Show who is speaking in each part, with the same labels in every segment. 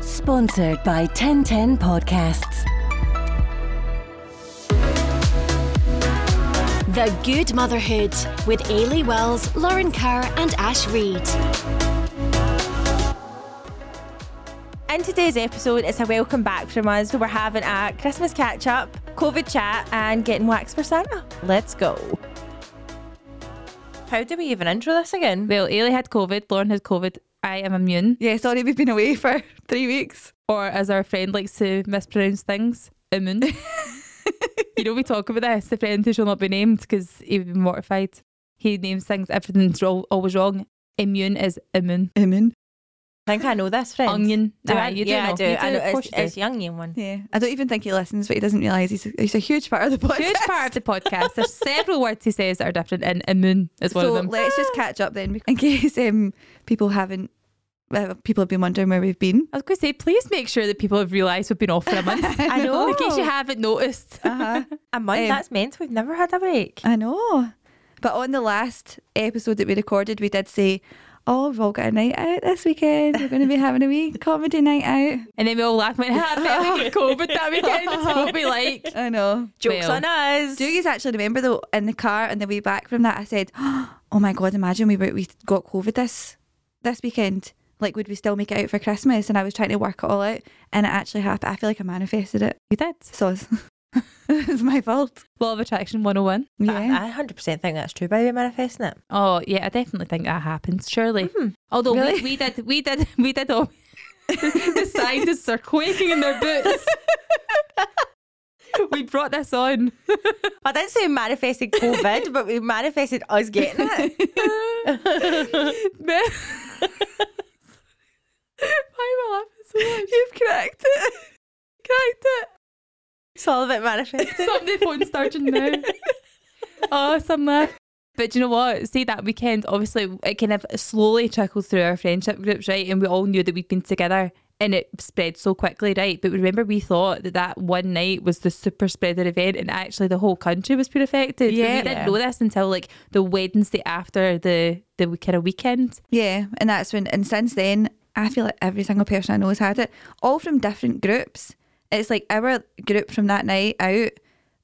Speaker 1: Sponsored by 1010 Podcasts.
Speaker 2: The Good Motherhood with Ailey Wells, Lauren Kerr, and Ash Reid.
Speaker 3: In today's episode, it's a welcome back from us. We're having a Christmas catch up, COVID chat, and getting wax for Santa. Let's go. How do we even intro this again?
Speaker 4: Well, Ailey had COVID, Lauren had COVID, I am immune.
Speaker 5: Yeah, sorry, we've been away for three weeks.
Speaker 4: Or as our friend likes to mispronounce things, immune. you know, we talk about this, the friend who shall not be named because he would be mortified. He names things, everything's ro- always wrong. Immune is immune.
Speaker 5: Immune.
Speaker 3: I think I know this, friend.
Speaker 4: Onion.
Speaker 3: Do
Speaker 4: Aye,
Speaker 3: I?
Speaker 4: you do
Speaker 3: yeah,
Speaker 4: know.
Speaker 3: I do.
Speaker 4: You
Speaker 3: I know.
Speaker 4: Of course
Speaker 3: It's,
Speaker 4: you do.
Speaker 3: it's young, young one.
Speaker 5: Yeah, I don't even think he listens, but he doesn't realise he's, he's a huge part of the podcast.
Speaker 4: Huge part of the podcast. There's several words he says that are different, and immune is one
Speaker 5: so
Speaker 4: of them.
Speaker 5: let's just catch up then, in case um, people haven't, uh, people have been wondering where we've been.
Speaker 4: I was going to say, please make sure that people have realised we've been off for a month.
Speaker 3: I know.
Speaker 4: In
Speaker 5: Oh.
Speaker 4: case you haven't noticed.
Speaker 5: Uh-huh.
Speaker 3: A month,
Speaker 5: Um,
Speaker 3: that's meant we've never had a break.
Speaker 5: I know. But on the last episode that we recorded, we did say, "Oh, we've all got a night out this weekend. We're going to be having a wee comedy night out."
Speaker 4: And then we all laugh and went, ah, I bet we get COVID that weekend. What we like.
Speaker 5: I know.
Speaker 3: Joke's
Speaker 4: Well,
Speaker 3: on us.
Speaker 5: Do you actually remember though? In the car on the way back from that, I said, "Oh my god, imagine we were, we got COVID this this weekend. Like, would we still make it out for Christmas?" And I was trying to work it all out, and it actually happened. I feel like I manifested it.
Speaker 4: You did.
Speaker 5: So it's, it's my fault.
Speaker 4: Law of Attraction 101.
Speaker 5: Yeah.
Speaker 3: I, I 100% think that's true by the way manifesting it.
Speaker 4: Oh yeah, I definitely think that happens. Surely, although
Speaker 5: Hmm. Really?
Speaker 4: we, we did, we did, we did all. the scientists are quaking in their boots. we brought this on.
Speaker 3: I didn't say we manifested COVID, but we manifested us getting it.
Speaker 4: Why am I laughing so much?
Speaker 5: You've cracked it.
Speaker 4: Cracked it.
Speaker 3: It's all about manifesting.
Speaker 4: Somebody phone Sturgeon now. oh, some laugh. But do you know what? See that weekend, obviously it kind of slowly trickled through our friendship groups, right? And we all knew that we'd been together and it spread so quickly, right? But remember we thought that that one night was the super spreader event and actually the whole country was pretty affected. But
Speaker 3: Yeah.
Speaker 4: We didn't know this until like the Wednesday after the, the kind of weekend.
Speaker 5: Yeah, and that's when. And since then, I feel like every single person I know has had it, all from different groups. It's like our group from that night out,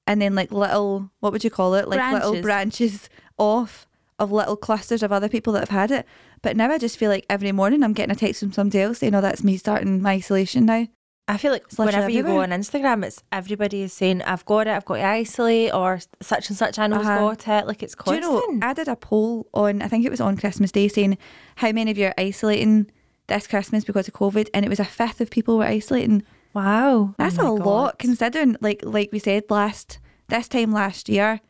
Speaker 5: and then like little, what would you call it? Like little
Speaker 4: Branches.
Speaker 5: branches off of little clusters of other people that have had it. But now I just feel like every morning I'm getting a text from somebody else saying, "Oh, that's me starting my isolation now."
Speaker 3: I feel like
Speaker 5: literally
Speaker 3: whenever you go on
Speaker 5: everywhere.
Speaker 3: Instagram, it's everybody is saying, I've got it, I've got to isolate, or such and such I know's
Speaker 5: Uh-huh.
Speaker 3: got it. Like it's
Speaker 5: Do you
Speaker 3: constant.
Speaker 5: know? I did a poll on, I think it was on Christmas Day, saying how many of you are isolating this Christmas because of COVID, and it was a fifth of people were isolating.
Speaker 3: wow.
Speaker 5: That's
Speaker 3: Oh
Speaker 5: a
Speaker 3: my
Speaker 5: lot
Speaker 3: God.
Speaker 5: considering like like we said last this time last year.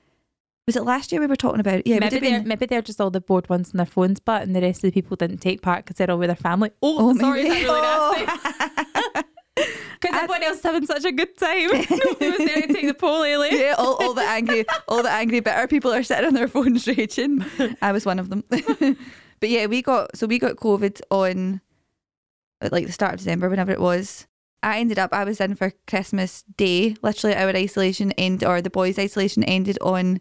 Speaker 5: Was it last year we were talking about? Yeah, it would
Speaker 4: maybe
Speaker 5: have
Speaker 4: they're
Speaker 5: been-
Speaker 4: maybe they're just all the bored ones on their phones, but and the rest of the people didn't take part because they're all with their family. Oh,
Speaker 5: Oh,
Speaker 4: sorry, that's
Speaker 5: maybe.
Speaker 4: really nasty. Because everyone else is having such a good time. Nobody was there to take the poll, Ailey.
Speaker 5: yeah, all, all the angry, all the angry, bitter people are sitting on their phones raging. I was one of them. but yeah, we got so we got COVID on at, like the start of December, whenever it was. I ended up I was in for Christmas Day. Literally, our isolation end or the boys' isolation ended on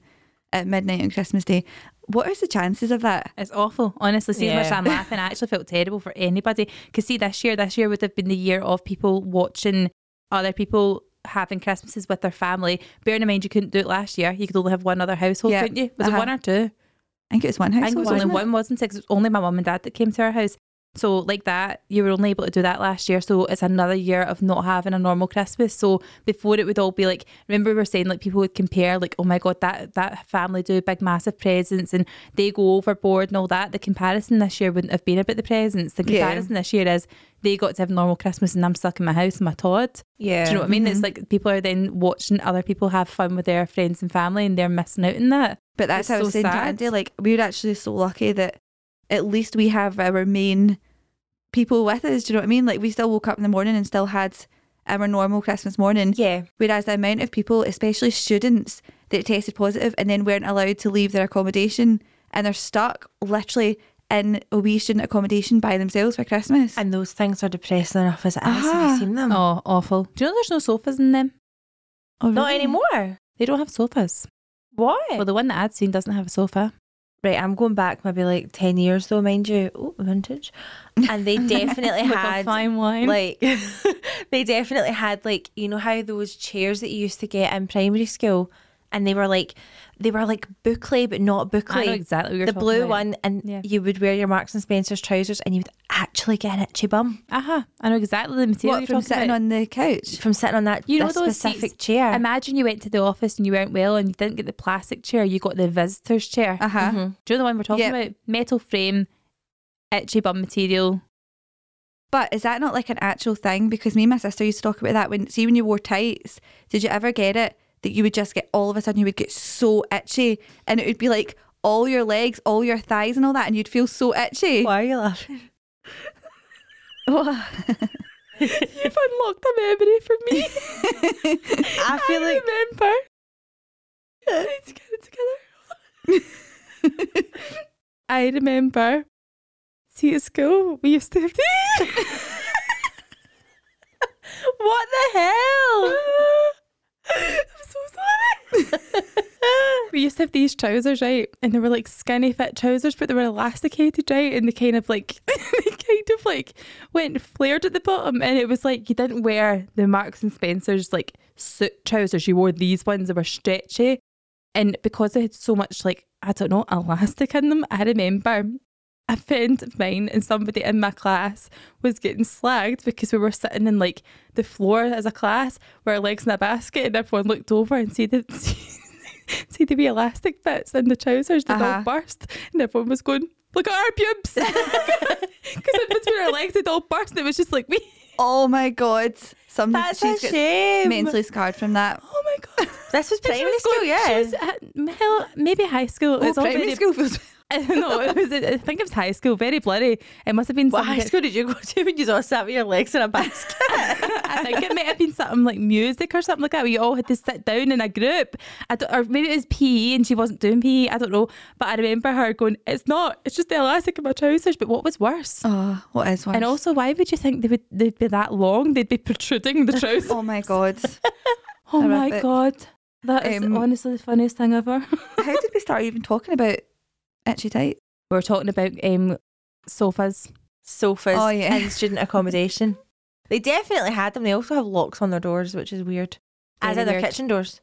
Speaker 5: at midnight on Christmas Day. What are the chances of that?
Speaker 4: It's awful. Honestly, see as much as
Speaker 3: Yeah.
Speaker 4: I'm laughing, I actually felt terrible for anybody. Because see, this year, this year would have been the year of people watching other people having Christmases with their family. Bearing in mind, you couldn't do it last year. You could only have one other household,
Speaker 5: Yeah.
Speaker 4: couldn't you? Was
Speaker 5: Uh-huh.
Speaker 4: it one or two?
Speaker 5: I think it was one house.
Speaker 4: I think it was only one, wasn't it? 'Cause it was only my mum and dad that came to our house. So, like that, you were only able to do that last year. So, it's another year of not having a normal Christmas. So, before it would all be like, remember, we were saying like people would compare, like, oh my God, that, that family do big, massive presents and they go overboard and all that. The comparison this year wouldn't have been about the presents. The
Speaker 5: Yeah.
Speaker 4: comparison this year is they got to have a normal Christmas and I'm stuck in my house in my Todd.
Speaker 3: Yeah.
Speaker 4: Do you know what I mean? It's like people are then watching other people have fun with their friends and family and they're missing out on that.
Speaker 5: But
Speaker 4: It's
Speaker 5: that's how I was
Speaker 4: so
Speaker 5: saying to
Speaker 4: sad.
Speaker 5: Andy, like we were actually so lucky that at least we have our main people with us. Do you know what I mean? Like we still woke up in the morning and still had our normal Christmas morning.
Speaker 3: Yeah.
Speaker 5: Whereas the amount of people, especially students, that tested positive and then weren't allowed to leave their accommodation and they're stuck literally in a wee student accommodation by themselves for Christmas.
Speaker 3: And those things are depressing enough as it is. Have
Speaker 5: Uh-huh.
Speaker 3: you seen them?
Speaker 4: Oh, awful. Do you know there's no sofas in them?
Speaker 5: Oh,
Speaker 3: Not
Speaker 5: really?
Speaker 3: anymore.
Speaker 4: They don't have sofas.
Speaker 3: Why?
Speaker 4: Well, the one that I'd seen doesn't have a sofa.
Speaker 3: right, I'm going back maybe like 10 years though, mind you. Oh, vintage. And they definitely
Speaker 4: With a
Speaker 3: had
Speaker 4: fine wine.
Speaker 3: like they definitely had like, you know how those chairs that you used to get in primary school and they were like they were like boucle but not boucle.
Speaker 4: I know exactly what you're
Speaker 3: the
Speaker 4: talking
Speaker 3: blue
Speaker 4: about.
Speaker 3: one and
Speaker 4: Yeah.
Speaker 3: you would wear your Marks and Spencer's trousers and you would actually get an itchy bum
Speaker 4: Aha, Uh-huh. I know exactly the material
Speaker 5: What
Speaker 4: you're
Speaker 5: from
Speaker 4: talking
Speaker 5: sitting
Speaker 4: about.
Speaker 5: on the couch?
Speaker 3: from sitting on that
Speaker 4: you know
Speaker 3: this
Speaker 4: those
Speaker 3: specific
Speaker 4: seats?
Speaker 3: chair.
Speaker 4: Imagine you went to the office and you weren't well and you didn't get the plastic chair, you got the visitor's chair.
Speaker 5: Uh huh.
Speaker 3: Mm-hmm.
Speaker 4: Do you know the one we're talking
Speaker 5: Yep.
Speaker 4: about? Metal frame, itchy bum material.
Speaker 5: But is that not like an actual thing? Because me and my sister used to talk about that when see when you wore tights, did you ever get it that you would just get all of a sudden you would get so itchy and it would be like all your legs, all your thighs and all that and you'd feel so itchy.
Speaker 3: Why are you laughing?
Speaker 4: You've unlocked a memory for me.
Speaker 3: I feel like
Speaker 4: remember. I need to get it together. I remember. See, at school, we used to have.
Speaker 3: What the hell?
Speaker 4: I'm so sorry. we used to have these trousers, right? And they were like skinny fit trousers, but they were elasticated, right? And they kind of like they kind of like went flared at the bottom. And it was like you didn't wear the Marks and Spencer's like suit trousers. You wore these ones that were stretchy. And because they had so much like, I don't know, elastic in them, I remember a friend of mine and somebody in my class was getting slagged because we were sitting in like the floor as a class with our legs in a basket and everyone looked over and see the see, the wee elastic bits in the trousers that
Speaker 5: Uh-huh.
Speaker 4: all burst and everyone was going look at our pubes because in between our legs it all burst and it was just like we
Speaker 5: Oh my god. Some
Speaker 3: That's
Speaker 5: she's
Speaker 3: a
Speaker 5: got
Speaker 3: shame.
Speaker 5: mentally scarred from that.
Speaker 4: oh my god
Speaker 3: This was primary
Speaker 4: She was
Speaker 3: school,
Speaker 4: going-
Speaker 3: yeah.
Speaker 4: she was at- hell maybe high school It was
Speaker 5: Oh,
Speaker 4: all very-
Speaker 5: feels
Speaker 4: I don't know it was I think it was high school very bloody it must have been
Speaker 3: What
Speaker 4: something
Speaker 3: high
Speaker 4: that-
Speaker 3: school did you go to when you all sat with your legs in a basket?
Speaker 4: I think it may have been something like music or something like that. We all had to sit down in a group. I don't, or maybe it was PE and she wasn't doing PE. I don't know. But I remember her going, "It's not. It's just the elastic in my trousers." But what was worse?
Speaker 5: Oh, what is one?
Speaker 4: And also, why would you think they would they'd be that long? They'd be protruding the trousers.
Speaker 5: Oh my god.
Speaker 4: oh my
Speaker 5: horrific.
Speaker 4: god, that is
Speaker 5: Um,
Speaker 4: honestly the funniest thing ever.
Speaker 5: How did we start even talking about itchy tights?
Speaker 4: we were talking about um sofas.
Speaker 3: Sofas
Speaker 5: Oh, yeah.
Speaker 3: and student accommodation. They definitely had them. They also have locks on their doors, which is weird. As
Speaker 4: Very
Speaker 3: are their
Speaker 4: weird.
Speaker 3: kitchen doors.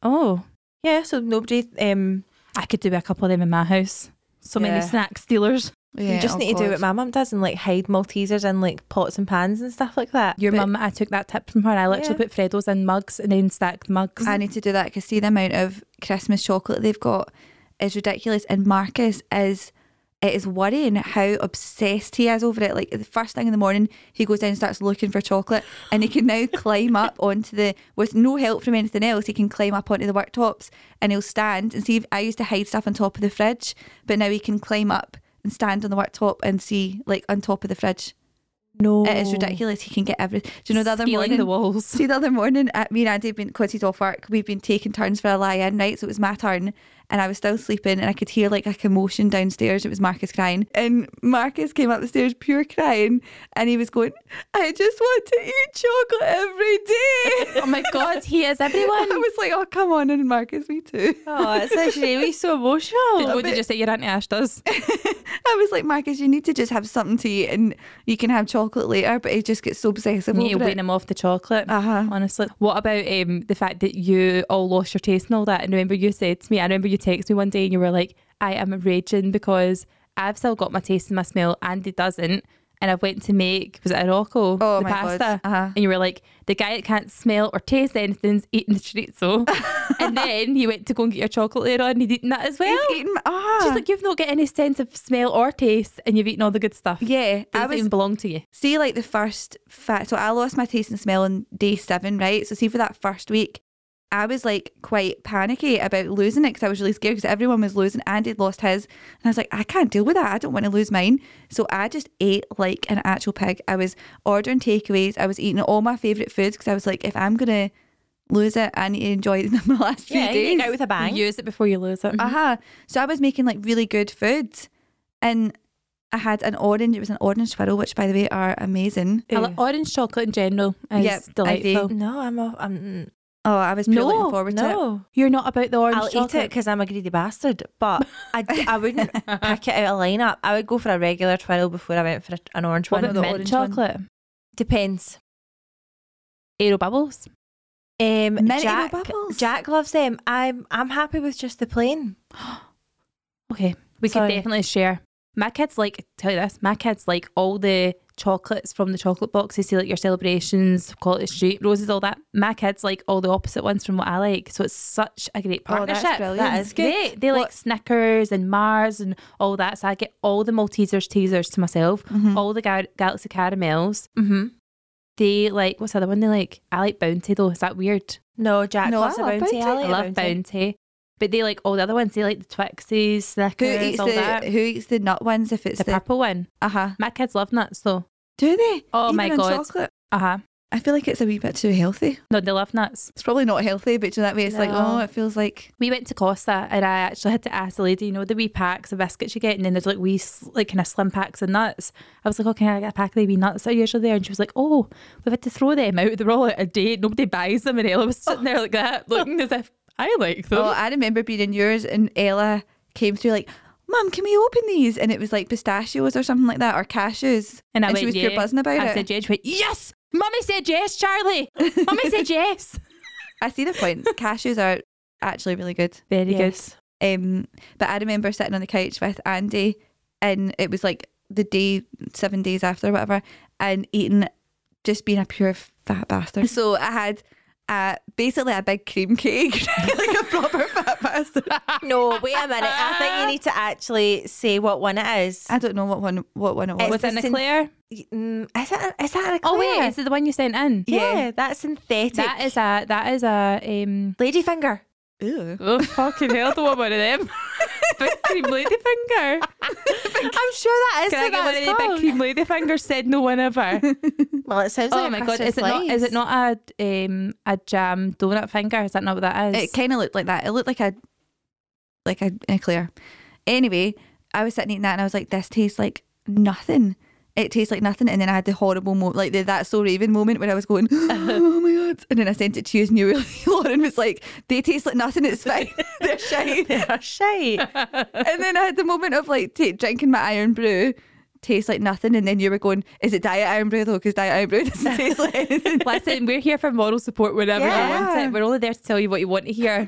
Speaker 4: Oh,
Speaker 3: Yeah, so nobody. Um,
Speaker 4: I could do with a couple of them in my house. So
Speaker 5: Yeah.
Speaker 4: many snack stealers.
Speaker 5: Yeah,
Speaker 3: you just
Speaker 5: oh
Speaker 3: need to do
Speaker 5: God.
Speaker 3: what my mum does and like hide Maltesers in like pots and pans and stuff like that.
Speaker 4: Your
Speaker 5: But-
Speaker 4: mum, I took that tip from her. I literally
Speaker 3: Yeah.
Speaker 4: put Freddos in mugs and then stacked mugs.
Speaker 5: I need to do that because see the amount of Christmas chocolate they've got is ridiculous. And Marcus is it is worrying how obsessed he is over it. Like the first thing in the morning, he goes down and starts looking for chocolate, and he can now climb up onto the with no help from anything else. He can climb up onto the worktops and he'll stand and see. If, I used to hide stuff on top of the fridge, but now he can climb up and stand on the worktop and see like on top of the fridge.
Speaker 3: No,
Speaker 5: It is ridiculous. He can get everything. Do you know the other
Speaker 4: Oh. Stealing
Speaker 5: morning?
Speaker 4: the walls.
Speaker 5: See, the other morning, uh, me and Andy had been, because he's off work, we've been taking turns for a lie in, right? So it was my turn, and I was still sleeping, and I could hear like a commotion downstairs. It was Marcus crying. And Marcus came up the stairs, pure crying, and he was going, I just want to eat chocolate every day.
Speaker 4: Oh my god, he is
Speaker 5: I
Speaker 4: everyone.
Speaker 5: was like, oh, come on, and Marcus, me too.
Speaker 3: Oh, it's a shame. He's so emotional.
Speaker 4: What did you say your auntie Ash does?
Speaker 5: I was like, Marcus, you need to just have something to eat, and you can have chocolate later, but he just gets so obsessive
Speaker 4: You
Speaker 5: over
Speaker 4: wean
Speaker 5: it.
Speaker 4: him off the chocolate.
Speaker 5: Uh-huh.
Speaker 4: Honestly, what about um, the fact that you all lost your taste and all that? And remember, you said to me, I remember you texted me one day and you were like, "I am raging because I've still got my taste and my smell, and he doesn't." And I went to make was it a Rocco
Speaker 5: Oh
Speaker 4: the
Speaker 5: my God,
Speaker 4: pasta,
Speaker 5: uh-huh.
Speaker 4: and you were like, "The guy that can't smell or taste anything's eating the chorizo," and then you went to go and get your chocolate later on, and he'd eaten that as well.
Speaker 5: He's eating, ah.
Speaker 4: She's like, you've not got any sense of smell or taste, and you've eaten all the good stuff.
Speaker 5: yeah,
Speaker 4: It
Speaker 5: I
Speaker 4: doesn't
Speaker 5: was
Speaker 4: even belong to you.
Speaker 5: see like the first fa- so I lost my taste and smell on day seven, right? So see for that first week, I was like quite panicky about losing it because I was really scared because everyone was losing. Andy had lost his, and I was like, I can't deal with that. I don't want to lose mine. So I just ate like an actual pig. I was ordering takeaways. I was eating all my favorite foods because I was like, if I'm gonna lose it, I need to enjoy my last few
Speaker 3: yeah, you
Speaker 5: days.
Speaker 3: get out with a bang.
Speaker 4: Use it before you lose it.
Speaker 5: Uh-huh. So I was making like really good food and I had an orange, it was an orange swirl, which by the way are amazing.
Speaker 4: I like orange chocolate in general is
Speaker 5: Yep, I do.
Speaker 4: delightful.
Speaker 3: no, I'm. A, I'm
Speaker 5: Oh, I was pure looking forward to it.
Speaker 3: no.
Speaker 4: You're not about the orange
Speaker 3: I'll eat it
Speaker 4: chocolate.
Speaker 3: because I'm a greedy bastard, but I, I wouldn't pick it out of lineup. I would go for a regular twirl before I went for a, an orange
Speaker 4: What
Speaker 3: one.
Speaker 4: about
Speaker 5: the
Speaker 4: mint
Speaker 5: orange
Speaker 4: chocolate?
Speaker 3: Depends.
Speaker 4: Aero bubbles.
Speaker 3: Um,
Speaker 5: Mint
Speaker 3: Jack,
Speaker 5: Aero Bubbles?
Speaker 3: Jack loves them. I'm I'm happy with just the plain.
Speaker 4: Okay, we
Speaker 3: Sorry.
Speaker 4: could definitely share. My kids like tell you this. My kids like all the chocolates from the chocolate box. They see like your celebrations, Quality Street, roses, all that. My kids like all the opposite ones from what I like. So it's such a great
Speaker 5: Oh, that's
Speaker 4: partnership.
Speaker 5: brilliant.
Speaker 3: That is
Speaker 4: It's great. They like
Speaker 5: What-
Speaker 4: Snickers and Mars and all that. So I get all the Maltesers teasers to myself.
Speaker 5: Mm-hmm.
Speaker 4: All the Ga- Galaxy caramels.
Speaker 3: Mm-hmm.
Speaker 4: They like what's the other one? They like I like Bounty though. Is that weird?
Speaker 3: No, Jack
Speaker 5: No,
Speaker 3: loves
Speaker 5: I
Speaker 3: a
Speaker 5: love
Speaker 3: bounty.
Speaker 5: Bounty.
Speaker 3: I, like
Speaker 4: I
Speaker 3: a
Speaker 4: love
Speaker 3: bounty.
Speaker 4: Bounty. But they like all the other ones. They like the Twixies,
Speaker 5: Who
Speaker 4: Snickers,
Speaker 5: eats
Speaker 4: all
Speaker 5: the
Speaker 4: that.
Speaker 5: Who eats the nut ones? If it's
Speaker 4: the
Speaker 5: the,
Speaker 4: purple one.
Speaker 5: uh huh.
Speaker 4: My kids love nuts though.
Speaker 5: Do they?
Speaker 4: Oh
Speaker 5: Even
Speaker 4: my
Speaker 5: on
Speaker 4: God.
Speaker 5: Chocolate?
Speaker 4: Uh huh.
Speaker 5: I feel like it's a wee bit too healthy.
Speaker 4: No, they love nuts.
Speaker 5: It's probably not healthy, but do you know that way it's like
Speaker 3: No.
Speaker 5: oh, it feels like
Speaker 4: We went to Costa and I actually had to ask the lady, you know, the wee packs of biscuits you get, and then there's like wee, s- like kind of slim packs of nuts. I was like, okay, I get a pack of the wee nuts that are usually there. And she was like, oh, we've had to throw them out. They're all out of date. Nobody buys them. And Ella was sitting there like that, looking as if I like them.
Speaker 5: Oh, I remember being in yours and Ella came through like, Mum, can we open these? And it was like pistachios or something like that, or cashews.
Speaker 4: and I went,
Speaker 5: she was
Speaker 4: yeah.
Speaker 5: pure buzzing about
Speaker 4: I
Speaker 5: it.
Speaker 4: said, yeah. She went, yes. Mummy said yes, Charlie. Mummy said yes.
Speaker 5: I see the point. cashews are actually really good.
Speaker 4: Very
Speaker 3: Yes.
Speaker 5: Um, but I remember sitting on the couch with Andy, and it was like the day, seven days after, whatever, and eating, just being a pure fat bastard. So I had uh, basically a big cream cake, like a proper fat bastard.
Speaker 3: No, wait a minute. I think you need to actually say what one it is.
Speaker 5: I don't know what one, what one it was.
Speaker 4: good. Was
Speaker 3: It's
Speaker 4: it an
Speaker 3: a syn-
Speaker 4: eclair?
Speaker 3: Mm, is that is that an
Speaker 4: Oh, wait.
Speaker 3: eclair?
Speaker 4: Is it the one you sent in?
Speaker 3: yeah, that's synthetic.
Speaker 4: That is a, that is a, um,
Speaker 3: ladyfinger.
Speaker 5: Ew.
Speaker 4: Oh fucking hell! Don't want one of them. big cream ladyfinger.
Speaker 3: I'm sure that is.
Speaker 4: Can I
Speaker 3: what
Speaker 4: get one
Speaker 3: that's
Speaker 4: of the
Speaker 3: called.
Speaker 4: big cream ladyfinger? Said no one ever.
Speaker 3: Well, it sounds like
Speaker 4: oh
Speaker 3: a
Speaker 4: my god!
Speaker 3: custard
Speaker 4: Is it not? Is
Speaker 3: slice.
Speaker 4: it not a um a jam donut finger? Is that not what that is?
Speaker 5: It kind of looked like that. It looked like a like a, an eclair. Anyway, I was sitting eating that and I was like, this tastes like nothing. It tastes like nothing. And then I had the horrible moment, like the that's so Raven moment where I was going, oh my God. And then I sent it to you and you were, Lauren was like, they taste like nothing. It's fine. They're shite.
Speaker 3: They're shite.
Speaker 5: And then I had the moment of like ta drinking my iron brew. Tastes like nothing, and then you were going, "Is it diet iron brew though? Because diet iron brew doesn't taste like anything."
Speaker 4: Listen, we're here for moral support whenever you want
Speaker 5: Yeah.
Speaker 4: it. We're only there to tell you what you want to hear,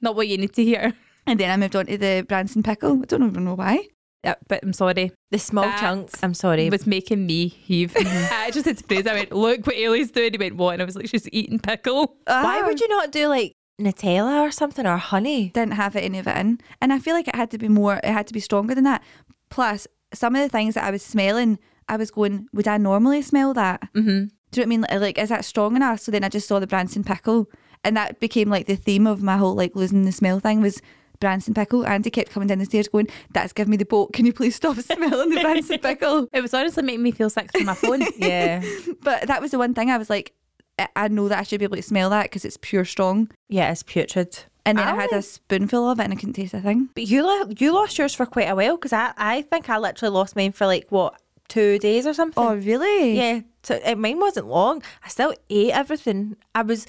Speaker 4: not what you need to hear.
Speaker 5: and then I moved on to the Branson pickle. I don't even know why.
Speaker 4: Yeah, but I'm sorry.
Speaker 3: The small
Speaker 4: That
Speaker 3: chunks. I'm sorry.
Speaker 4: It was making me heave. I just had to praise. I went, look what Ailey's doing. He went, what? And I was like, she's eating pickle.
Speaker 3: Why would you not do like Nutella or something or honey?
Speaker 5: didn't have any of it in. And I feel like it had to be more, it had to be stronger than that. Plus, some of the things that I was smelling, I was going, would I normally smell that? Mm-hmm. Do you know what I mean? Like, Like, is that strong enough? So then I just saw the Branson pickle. And that became like the theme of my whole like losing the smell thing was Branson pickle. Andy kept coming down the stairs going, that's giving me the boat. Can you please stop smelling the Branson pickle?
Speaker 4: It was honestly making me feel sick through my phone.
Speaker 3: Yeah.
Speaker 5: But that was the one thing I was like, I- I know that I should be able to smell that because it's pure strong.
Speaker 3: Yeah, it's putrid.
Speaker 5: And then I,
Speaker 3: I
Speaker 5: had a spoonful of it and I couldn't taste a thing.
Speaker 3: But you lo- you lost yours for quite a while because I, I think I literally lost mine for like what two days or something.
Speaker 5: Oh, really?
Speaker 3: yeah, so uh, mine wasn't long. I still ate everything. I was,